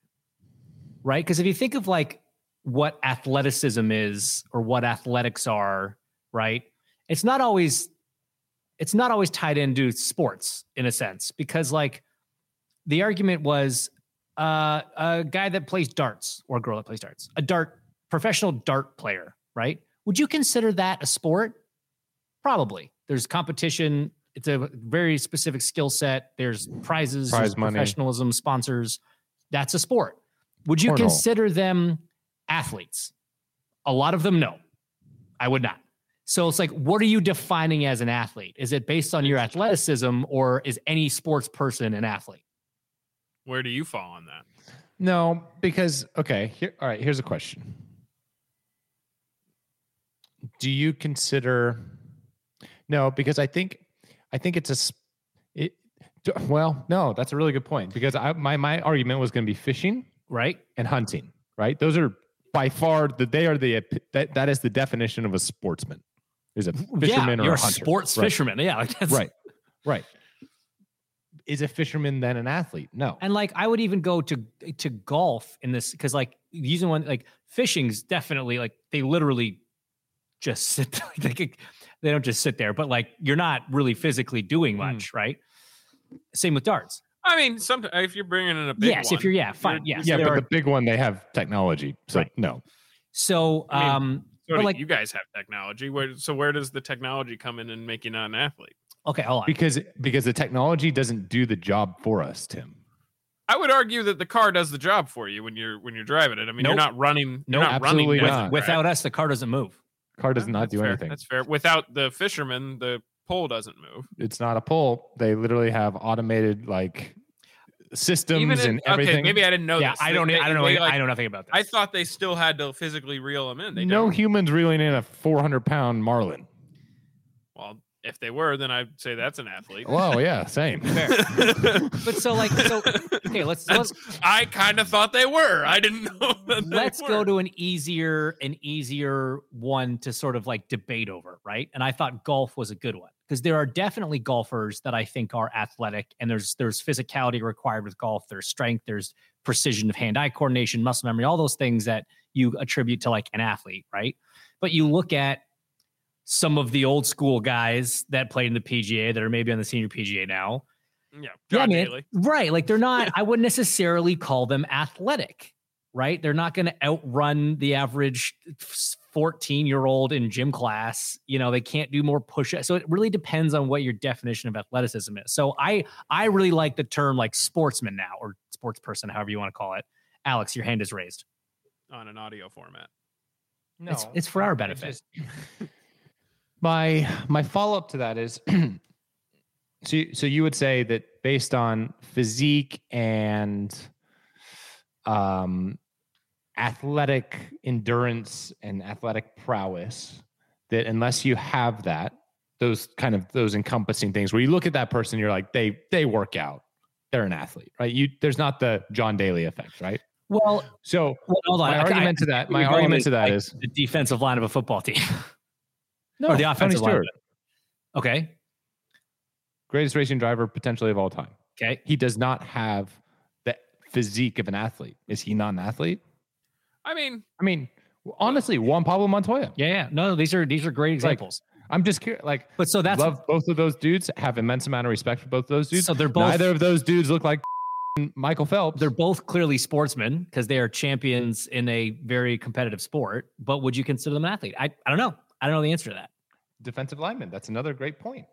Speaker 2: right? Because if you think of like what athleticism is or what athletics are, right? It's not always it's not always tied into sports in a sense because like the argument was uh, a guy that plays darts or a girl that plays darts, a dart professional dart player, right? Would you consider that a sport? Probably. There's competition. It's a very specific skill set. There's prizes,
Speaker 3: Prize
Speaker 2: there's
Speaker 3: money.
Speaker 2: professionalism, sponsors. That's a sport. Would you
Speaker 3: Cornhole.
Speaker 2: consider them athletes? A lot of them, no. I would not. So it's like, what are you defining as an athlete? Is it based on your athleticism or is any sports person an athlete?
Speaker 4: where do you fall on that
Speaker 3: No, because okay, here all right, here's a question. Do you consider No, because I think I think it's a s- it d- well, no, that's a really good point because I my my argument was going to be fishing
Speaker 2: Right?
Speaker 3: and hunting, right? Those are by far the they are the epi- that that is the definition of a sportsman. Is a fisherman
Speaker 2: yeah,
Speaker 3: or
Speaker 2: you're
Speaker 3: a hunter,
Speaker 2: sports
Speaker 3: right?
Speaker 2: fisherman. Yeah, [laughs] like that's
Speaker 3: Right. Right. Is a fisherman then an athlete? No.
Speaker 2: And like I would even go to to golf in this because like using one like fishing's definitely like they literally just [laughs] sit like, they, could- they don't just sit there, but like you're not really physically doing
Speaker 4: Hmm.
Speaker 2: much, right? Same with darts.
Speaker 4: i mean sometimes if you're bringing in a big
Speaker 2: Yes,
Speaker 4: one,
Speaker 2: if you're yeah, fine. yes,
Speaker 3: yeah,
Speaker 2: there
Speaker 3: but
Speaker 2: are-
Speaker 3: the big one they have technology. So
Speaker 2: Right.
Speaker 3: no.
Speaker 2: so
Speaker 4: I mean,
Speaker 2: um
Speaker 4: So
Speaker 2: But,
Speaker 4: do-
Speaker 2: like-
Speaker 4: you guys have technology. Where so where does the technology come in and make you not an athlete?
Speaker 2: Okay, hold on.
Speaker 3: because because the technology doesn't do the job for us, Tim.
Speaker 4: I would argue that the car does the job for you when you're when you're driving it. I mean, you're
Speaker 2: Nope.
Speaker 4: not running.
Speaker 2: Nope,
Speaker 4: You're not
Speaker 3: absolutely
Speaker 4: running
Speaker 3: not.
Speaker 4: down it, right?
Speaker 2: Without us, the car doesn't move.
Speaker 3: Car does not
Speaker 4: That's
Speaker 3: do
Speaker 4: fair.
Speaker 3: anything.
Speaker 4: That's fair. Without the fisherman, the pole doesn't move.
Speaker 3: It's not a pull. They literally have automated like systems
Speaker 4: Even in,
Speaker 3: and everything.
Speaker 4: okay, maybe I didn't know.
Speaker 2: yeah,
Speaker 4: this.
Speaker 2: I
Speaker 4: They-
Speaker 2: don't. e,
Speaker 4: they-
Speaker 2: I don't know.
Speaker 4: Oh, they, like-
Speaker 2: I know nothing about this.
Speaker 4: I thought they still had to physically reel them in. They
Speaker 3: no
Speaker 4: don't.
Speaker 3: humans reeling in a 400 pound marlin.
Speaker 4: Well, if they were, then I'd say that's an athlete. [laughs]
Speaker 3: Well, yeah, same.
Speaker 2: but so like so. Okay, let's let's
Speaker 4: [laughs] I kind of thought they were. I didn't [laughs] know. That they
Speaker 2: let's go
Speaker 4: were.
Speaker 2: to an easier an easier one to sort of like debate over right and i thought golf was a good one because there are definitely golfers that i think are athletic and there's there's physicality required with golf there's strength there's precision of hand eye coordination muscle memory all those things that you attribute to like an athlete right but you look at some of the old school guys that played in the PGA that are maybe on the senior PGA now
Speaker 4: Yeah,
Speaker 2: yeah,
Speaker 4: John
Speaker 2: man.
Speaker 4: Daly.
Speaker 2: Right. Like they're
Speaker 3: [laughs]
Speaker 2: not, I wouldn't necessarily call them athletic, right? They're not going to outrun the average 14 year old in gym class. You know, they can't do more push ups. So it really depends on what your definition of athleticism is. So I, I really like the term like sportsman now or sports person, however you want to call it. Alex, your hand is raised.
Speaker 4: on an audio format.
Speaker 3: no,
Speaker 2: It's, it's for our benefit.
Speaker 3: my my follow up to that is [clears throat] so you- so you would say that based on physique and um athletic endurance and athletic prowess that unless you have that those kind of those encompassing things where you look at that person you're like they they work out they're an athlete right you there's not the John Daly effect right
Speaker 2: well,
Speaker 3: so
Speaker 2: well, hold on.
Speaker 3: my
Speaker 2: I- I-
Speaker 3: argument to that
Speaker 2: you're
Speaker 3: my
Speaker 2: going
Speaker 3: argument
Speaker 2: is,
Speaker 3: to that
Speaker 2: like,
Speaker 3: is
Speaker 2: the defensive line of a football team [laughs]
Speaker 3: no
Speaker 2: or the
Speaker 3: Tony
Speaker 2: offensive line.
Speaker 3: Stewart,
Speaker 2: Okay.
Speaker 3: greatest racing driver potentially of all time
Speaker 2: Okay.
Speaker 3: he does not have the physique of an athlete. Is he not an athlete?
Speaker 4: I mean,
Speaker 3: I mean, honestly, Juan Pablo Montoya.
Speaker 2: Yeah. Yeah. No, these are, these are great examples.
Speaker 3: I'm just curious. Like,
Speaker 2: But so that's
Speaker 3: love both of those dudes. Have immense amount of respect for both of those dudes.
Speaker 2: so they're both
Speaker 3: Neither of those dudes look like [laughs] Michael Phelps.
Speaker 2: they're both clearly sportsmen because they are champions in a very competitive sport. But would you consider them an athlete? I, I don't know. I don't know the answer to that.
Speaker 3: defensive linemen. That's another great point.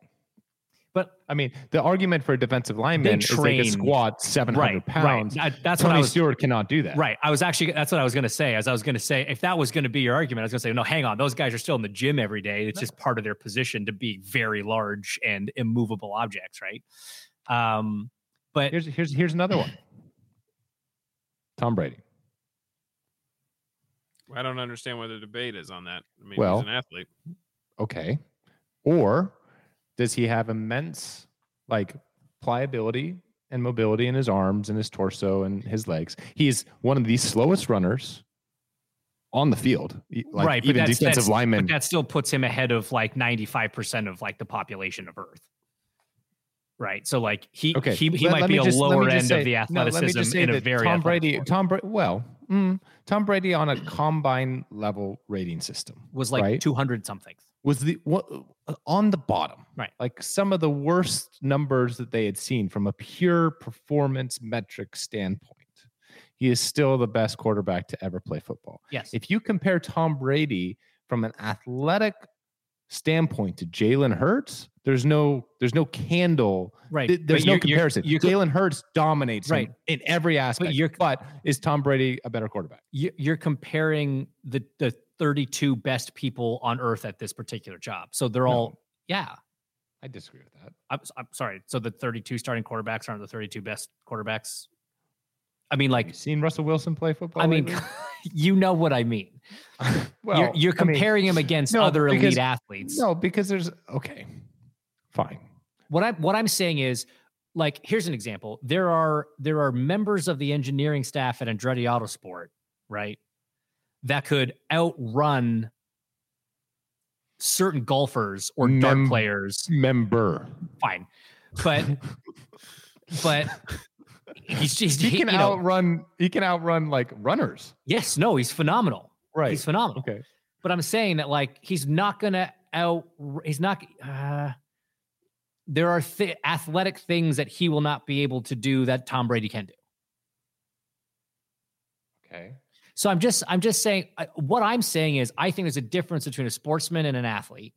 Speaker 2: But
Speaker 3: I mean, the argument for a defensive lineman is they
Speaker 2: train.
Speaker 3: can squat 700
Speaker 2: right,
Speaker 3: pounds.
Speaker 2: right. I- that's
Speaker 3: Tony
Speaker 2: what I was.
Speaker 3: Stewart cannot do that.
Speaker 2: Right. I was actually. That's what I was going to say. As I was going to say, if that was going to be your argument, I was going to say, no, hang on. Those guys are still in the gym every day. It's just part of their position to be very large and immovable objects, right? Um, but
Speaker 3: Here's here's here's
Speaker 2: [clears throat]
Speaker 3: another one. Tom Brady.
Speaker 4: I don't understand what the debate is on that. I mean,
Speaker 3: Well,
Speaker 4: he's an athlete.
Speaker 3: okay or does he have immense like pliability and mobility in his arms and his torso and his legs he's one of the slowest runners on the field E- like
Speaker 2: right, but
Speaker 3: even
Speaker 2: that's-
Speaker 3: defensive
Speaker 2: that's-
Speaker 3: linemen
Speaker 2: But that still puts him ahead of like 95% of like the population of Earth. Right. So like he
Speaker 3: okay
Speaker 2: he, he
Speaker 3: let-
Speaker 2: might
Speaker 3: let
Speaker 2: be
Speaker 3: me
Speaker 2: a
Speaker 3: just- let me
Speaker 2: lower
Speaker 3: just
Speaker 2: end
Speaker 3: say-
Speaker 2: of the
Speaker 3: no, let me just
Speaker 2: athleticism
Speaker 3: say
Speaker 2: in a
Speaker 3: that
Speaker 2: very
Speaker 3: tom
Speaker 2: athletic
Speaker 3: brady
Speaker 2: sport.
Speaker 3: tom brady well mm, tom brady on a combine level rating system
Speaker 2: was like
Speaker 3: right?
Speaker 2: 200 something.
Speaker 3: was the what on the bottom
Speaker 2: Right.
Speaker 3: like some of the worst numbers that they had seen from a pure performance metric standpoint he is still the best quarterback to ever play football
Speaker 2: Yes.
Speaker 3: if you compare tom brady from an athletic standpoint to jalen hurts there's no there's no candle
Speaker 2: right.
Speaker 3: th-
Speaker 2: But
Speaker 3: there's no
Speaker 2: you're- you're-
Speaker 3: comparison
Speaker 2: You're,
Speaker 3: jalen hurts dominates him
Speaker 2: Right.
Speaker 3: in every aspect but,
Speaker 2: you're-
Speaker 3: is tom brady a better quarterback
Speaker 2: you're, you're comparing the the 32 best people on earth at this particular job. So they're all yeah.
Speaker 3: i disagree with that
Speaker 2: I'm, s- I'm sorry. So the 32 starting quarterbacks aren't the 32 best quarterbacks. I mean like
Speaker 3: you seen russell wilson play football
Speaker 2: I mean
Speaker 3: lately?
Speaker 2: [laughs] you know what I mean.
Speaker 3: well
Speaker 2: you're, you're
Speaker 3: I mean-
Speaker 2: comparing him against
Speaker 3: no,
Speaker 2: other
Speaker 3: because-
Speaker 2: elite athletes.
Speaker 3: No, because there's okay, fine.
Speaker 2: What I'm what I'm saying is, like, here's an example. There are there are members of the engineering staff at Andretti Autosport, right, that could outrun certain golfers or dart
Speaker 3: Mem-
Speaker 2: players.
Speaker 3: Member,
Speaker 2: Fine, but
Speaker 3: [laughs]
Speaker 2: but he's just
Speaker 3: he can
Speaker 2: you know,
Speaker 3: outrun. He can outrun like runners,
Speaker 2: yes, no, he's phenomenal.
Speaker 3: right?
Speaker 2: He's phenomenal.
Speaker 3: Okay,
Speaker 2: but I'm saying that like he's not gonna out. He's not. Uh, there are th- athletic things that he will not be able to do that Tom Brady can do.
Speaker 3: okay.
Speaker 2: So I'm just I'm just saying I, what I'm saying is I think there's a difference between a sportsman and an athlete.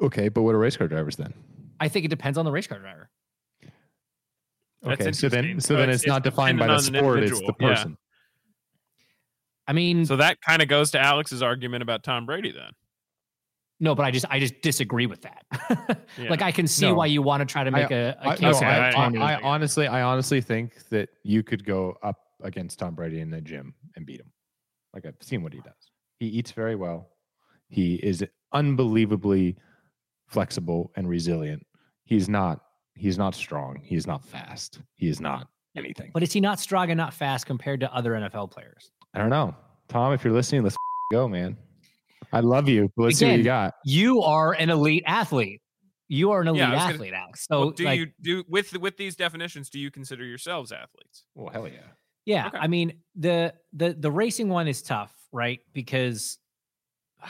Speaker 3: Okay, but what are race car drivers then?
Speaker 2: I think it depends on the race car driver.
Speaker 4: That's
Speaker 3: Okay, so
Speaker 4: interesting.
Speaker 3: then so then
Speaker 4: it's-
Speaker 3: it's, not
Speaker 4: it's
Speaker 3: defined by the
Speaker 4: dependent on an
Speaker 3: sport; it's the
Speaker 4: individual, yeah.
Speaker 3: person.
Speaker 2: I mean,
Speaker 4: So that kind of goes to Alex's argument about Tom Brady then.
Speaker 2: no, but I just I just disagree with that. [laughs] Like
Speaker 4: Yeah.
Speaker 2: I can see
Speaker 3: No.
Speaker 2: why you want to try to make a a
Speaker 3: I, no,
Speaker 2: case.
Speaker 4: okay,
Speaker 2: out of
Speaker 3: I,
Speaker 2: Tom
Speaker 3: I-
Speaker 2: Brady.
Speaker 3: I honestly, I honestly think that you could go up against Tom Brady in the gym and beat him. Like I've seen what he does. He eats very well. He is unbelievably flexible and resilient. He's not. He's not strong. He's not fast. He is not anything.
Speaker 2: but is he not strong and not fast compared to other NFL players?
Speaker 3: I don't know, Tom. If you're listening, let's go, man. I love you. But let's see what you
Speaker 2: Again,
Speaker 3: got.
Speaker 2: You are an elite athlete. You are an elite
Speaker 4: Yeah, I was gonna-
Speaker 2: athlete, Alex. So
Speaker 4: Well, do
Speaker 2: like,
Speaker 4: you do with with these definitions? Do you consider yourselves athletes?
Speaker 3: Well, hell yeah.
Speaker 2: Yeah,
Speaker 4: Okay.
Speaker 2: I mean the the the racing one is tough, right? Because oh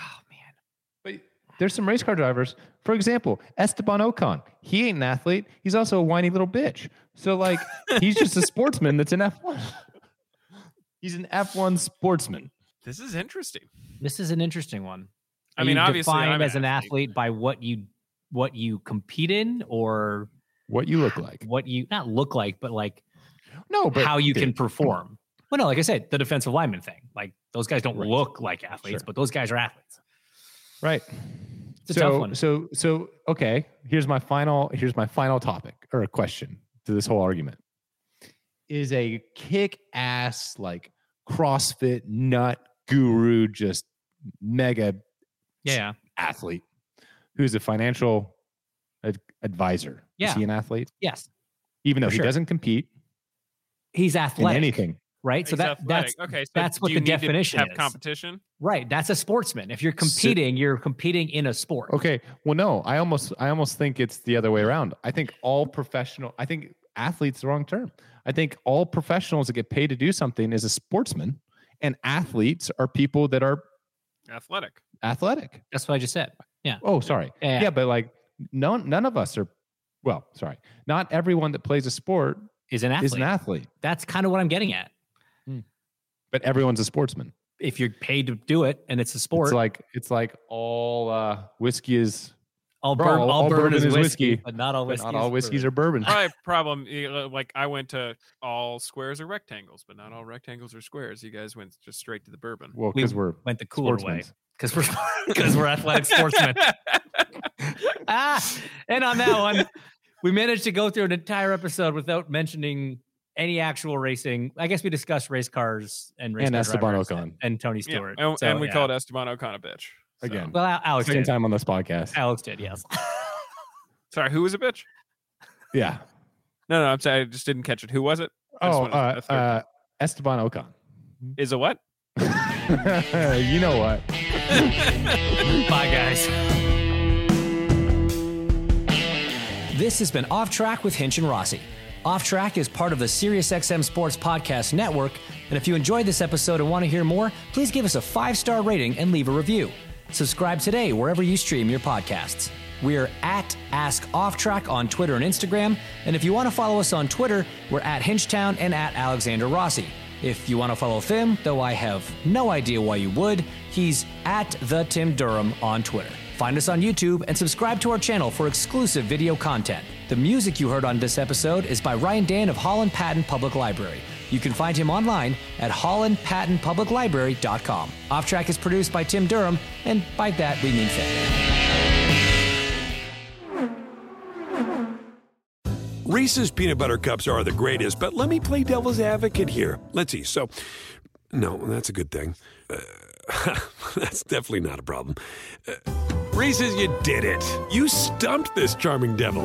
Speaker 2: man,
Speaker 3: There's some race car drivers. For example, Esteban Ocon. He ain't an athlete. He's also a whiny little bitch. So like he's just [laughs] a sportsman that's an F1. He's an F1 sportsman.
Speaker 4: This is interesting.
Speaker 2: this is an interesting one.
Speaker 4: I
Speaker 2: Are
Speaker 4: mean,
Speaker 2: you
Speaker 4: obviously,
Speaker 2: defined
Speaker 4: I'm
Speaker 2: as an athlete by what you what you compete in or
Speaker 3: What you look like.
Speaker 2: what you not look like, but like
Speaker 3: No, but
Speaker 2: how you
Speaker 3: dude,
Speaker 2: can
Speaker 3: come on.
Speaker 2: perform. Well, no, like I said, the defensive lineman thing. Like those guys don't
Speaker 3: Right.
Speaker 2: look like athletes,
Speaker 3: Sure.
Speaker 2: but those guys are athletes.
Speaker 3: Right.
Speaker 2: It's a
Speaker 3: so,
Speaker 2: tough one.
Speaker 3: So so okay, here's my final here's my final topic or a question to this whole argument. Is a kick ass like CrossFit nut guru just mega
Speaker 2: Yeah,
Speaker 3: athlete who's a financial ad- advisor.
Speaker 2: Yeah.
Speaker 3: Is he an athlete?
Speaker 2: yes,
Speaker 3: Even though
Speaker 2: For
Speaker 3: he
Speaker 2: sure.
Speaker 3: doesn't compete
Speaker 2: he's
Speaker 3: in
Speaker 2: athletic.
Speaker 3: anything.
Speaker 2: right? So
Speaker 4: He's
Speaker 2: that
Speaker 4: athletic.
Speaker 2: that's
Speaker 4: okay. So
Speaker 2: that's
Speaker 4: do
Speaker 2: what
Speaker 4: you
Speaker 2: the
Speaker 4: need to
Speaker 2: definition
Speaker 4: have
Speaker 2: is.
Speaker 4: competition.
Speaker 2: right. That's a sportsman. If you're
Speaker 3: So-
Speaker 2: competing, you're competing in a sport.
Speaker 3: Okay. Well, no, I almost I almost think it's the other way around. I think all professional I think athlete's the wrong term. I think all professionals that get paid to do something is a sportsman and athletes are people that are
Speaker 4: Athletic.
Speaker 3: athletic.
Speaker 2: That's what I just said. Eh,
Speaker 3: Oh, sorry.
Speaker 2: Yeah.
Speaker 3: yeah but like none none of us are well, sorry. Not everyone that plays a sport
Speaker 2: Is an athlete.
Speaker 3: is an athlete,
Speaker 2: That's kind of what I'm getting at.
Speaker 3: but everyone's a sportsman.
Speaker 2: If you're paid to do it and it's a sport,
Speaker 3: It's like it's like all uh, whiskey is
Speaker 2: all,
Speaker 3: bro,
Speaker 2: bourbon,
Speaker 3: all-
Speaker 2: all
Speaker 3: all
Speaker 2: bourbon
Speaker 3: bourbon
Speaker 2: is
Speaker 3: is
Speaker 2: whiskey,
Speaker 3: whiskey,
Speaker 2: but not all
Speaker 3: but
Speaker 2: whiskey.
Speaker 3: not all
Speaker 2: is
Speaker 3: whiskeys
Speaker 2: bourbon. Ah,
Speaker 3: are bourbon. [laughs]
Speaker 4: Probably problem. you know, Like I went to all squares are rectangles, but
Speaker 3: Mm.
Speaker 4: not all rectangles are squares. You guys went just straight to the bourbon.
Speaker 3: Well,
Speaker 2: We-
Speaker 3: because we're
Speaker 2: Went the cooler way
Speaker 3: sportsmen.
Speaker 2: because we're because we're
Speaker 3: [laughs]
Speaker 2: athletic sportsmen. ah, and on that one, we managed to go through an entire episode without mentioning any actual racing. I guess we discussed race cars and race
Speaker 3: And
Speaker 2: car
Speaker 3: Esteban
Speaker 2: drivers
Speaker 3: Ocon.
Speaker 2: and, and Tony
Speaker 4: Yeah,
Speaker 2: Stewart.
Speaker 4: And,
Speaker 2: So,
Speaker 4: and we
Speaker 2: yeah.
Speaker 4: called Esteban Ocon a bitch. So-
Speaker 3: again
Speaker 2: well, Al- Alex
Speaker 3: second
Speaker 2: did.
Speaker 3: time on this podcast.
Speaker 2: Alex did. Yes.
Speaker 4: Sorry, who was a bitch?
Speaker 3: Yeah.
Speaker 4: No, no, I'm sorry. I just didn't catch it. Who was it? I just
Speaker 3: Oh,
Speaker 4: wanted
Speaker 3: uh,
Speaker 4: a third
Speaker 3: uh, Esteban Ocon.
Speaker 4: Is a what?
Speaker 2: uh,
Speaker 3: [laughs] you know what?
Speaker 2: Bye, guys. This has been Off Track with Hinch and Rossi. Off Track is part of the SiriusXM Sports Podcast Network, and if you enjoyed this episode and want to hear more, please give us a five star rating and leave a review. Subscribe today wherever you stream your podcasts. We're at Ask Off Track on Twitter and Instagram, and if you want to follow us on Twitter, we're at Hinchtown and at Alexander Rossi. If you want to follow Tim, though I have no idea why you would, he's at the Tim Durham on Twitter. Find us on YouTube and subscribe to our channel for exclusive video content. The music you heard on this episode is by Ryan Dan of Holland Patton Public Library. You can find him online at hollandpattonpubliclibrary.com. Off Track is produced by Tim Durham, and by that we mean Finn.
Speaker 6: Reese's peanut butter cups are the greatest, but let me play devil's advocate here. Let's see. So, no, that's a good thing. Uh, [laughs] that's definitely not a problem. Uh, Reese's, you did it. You stumped this charming devil.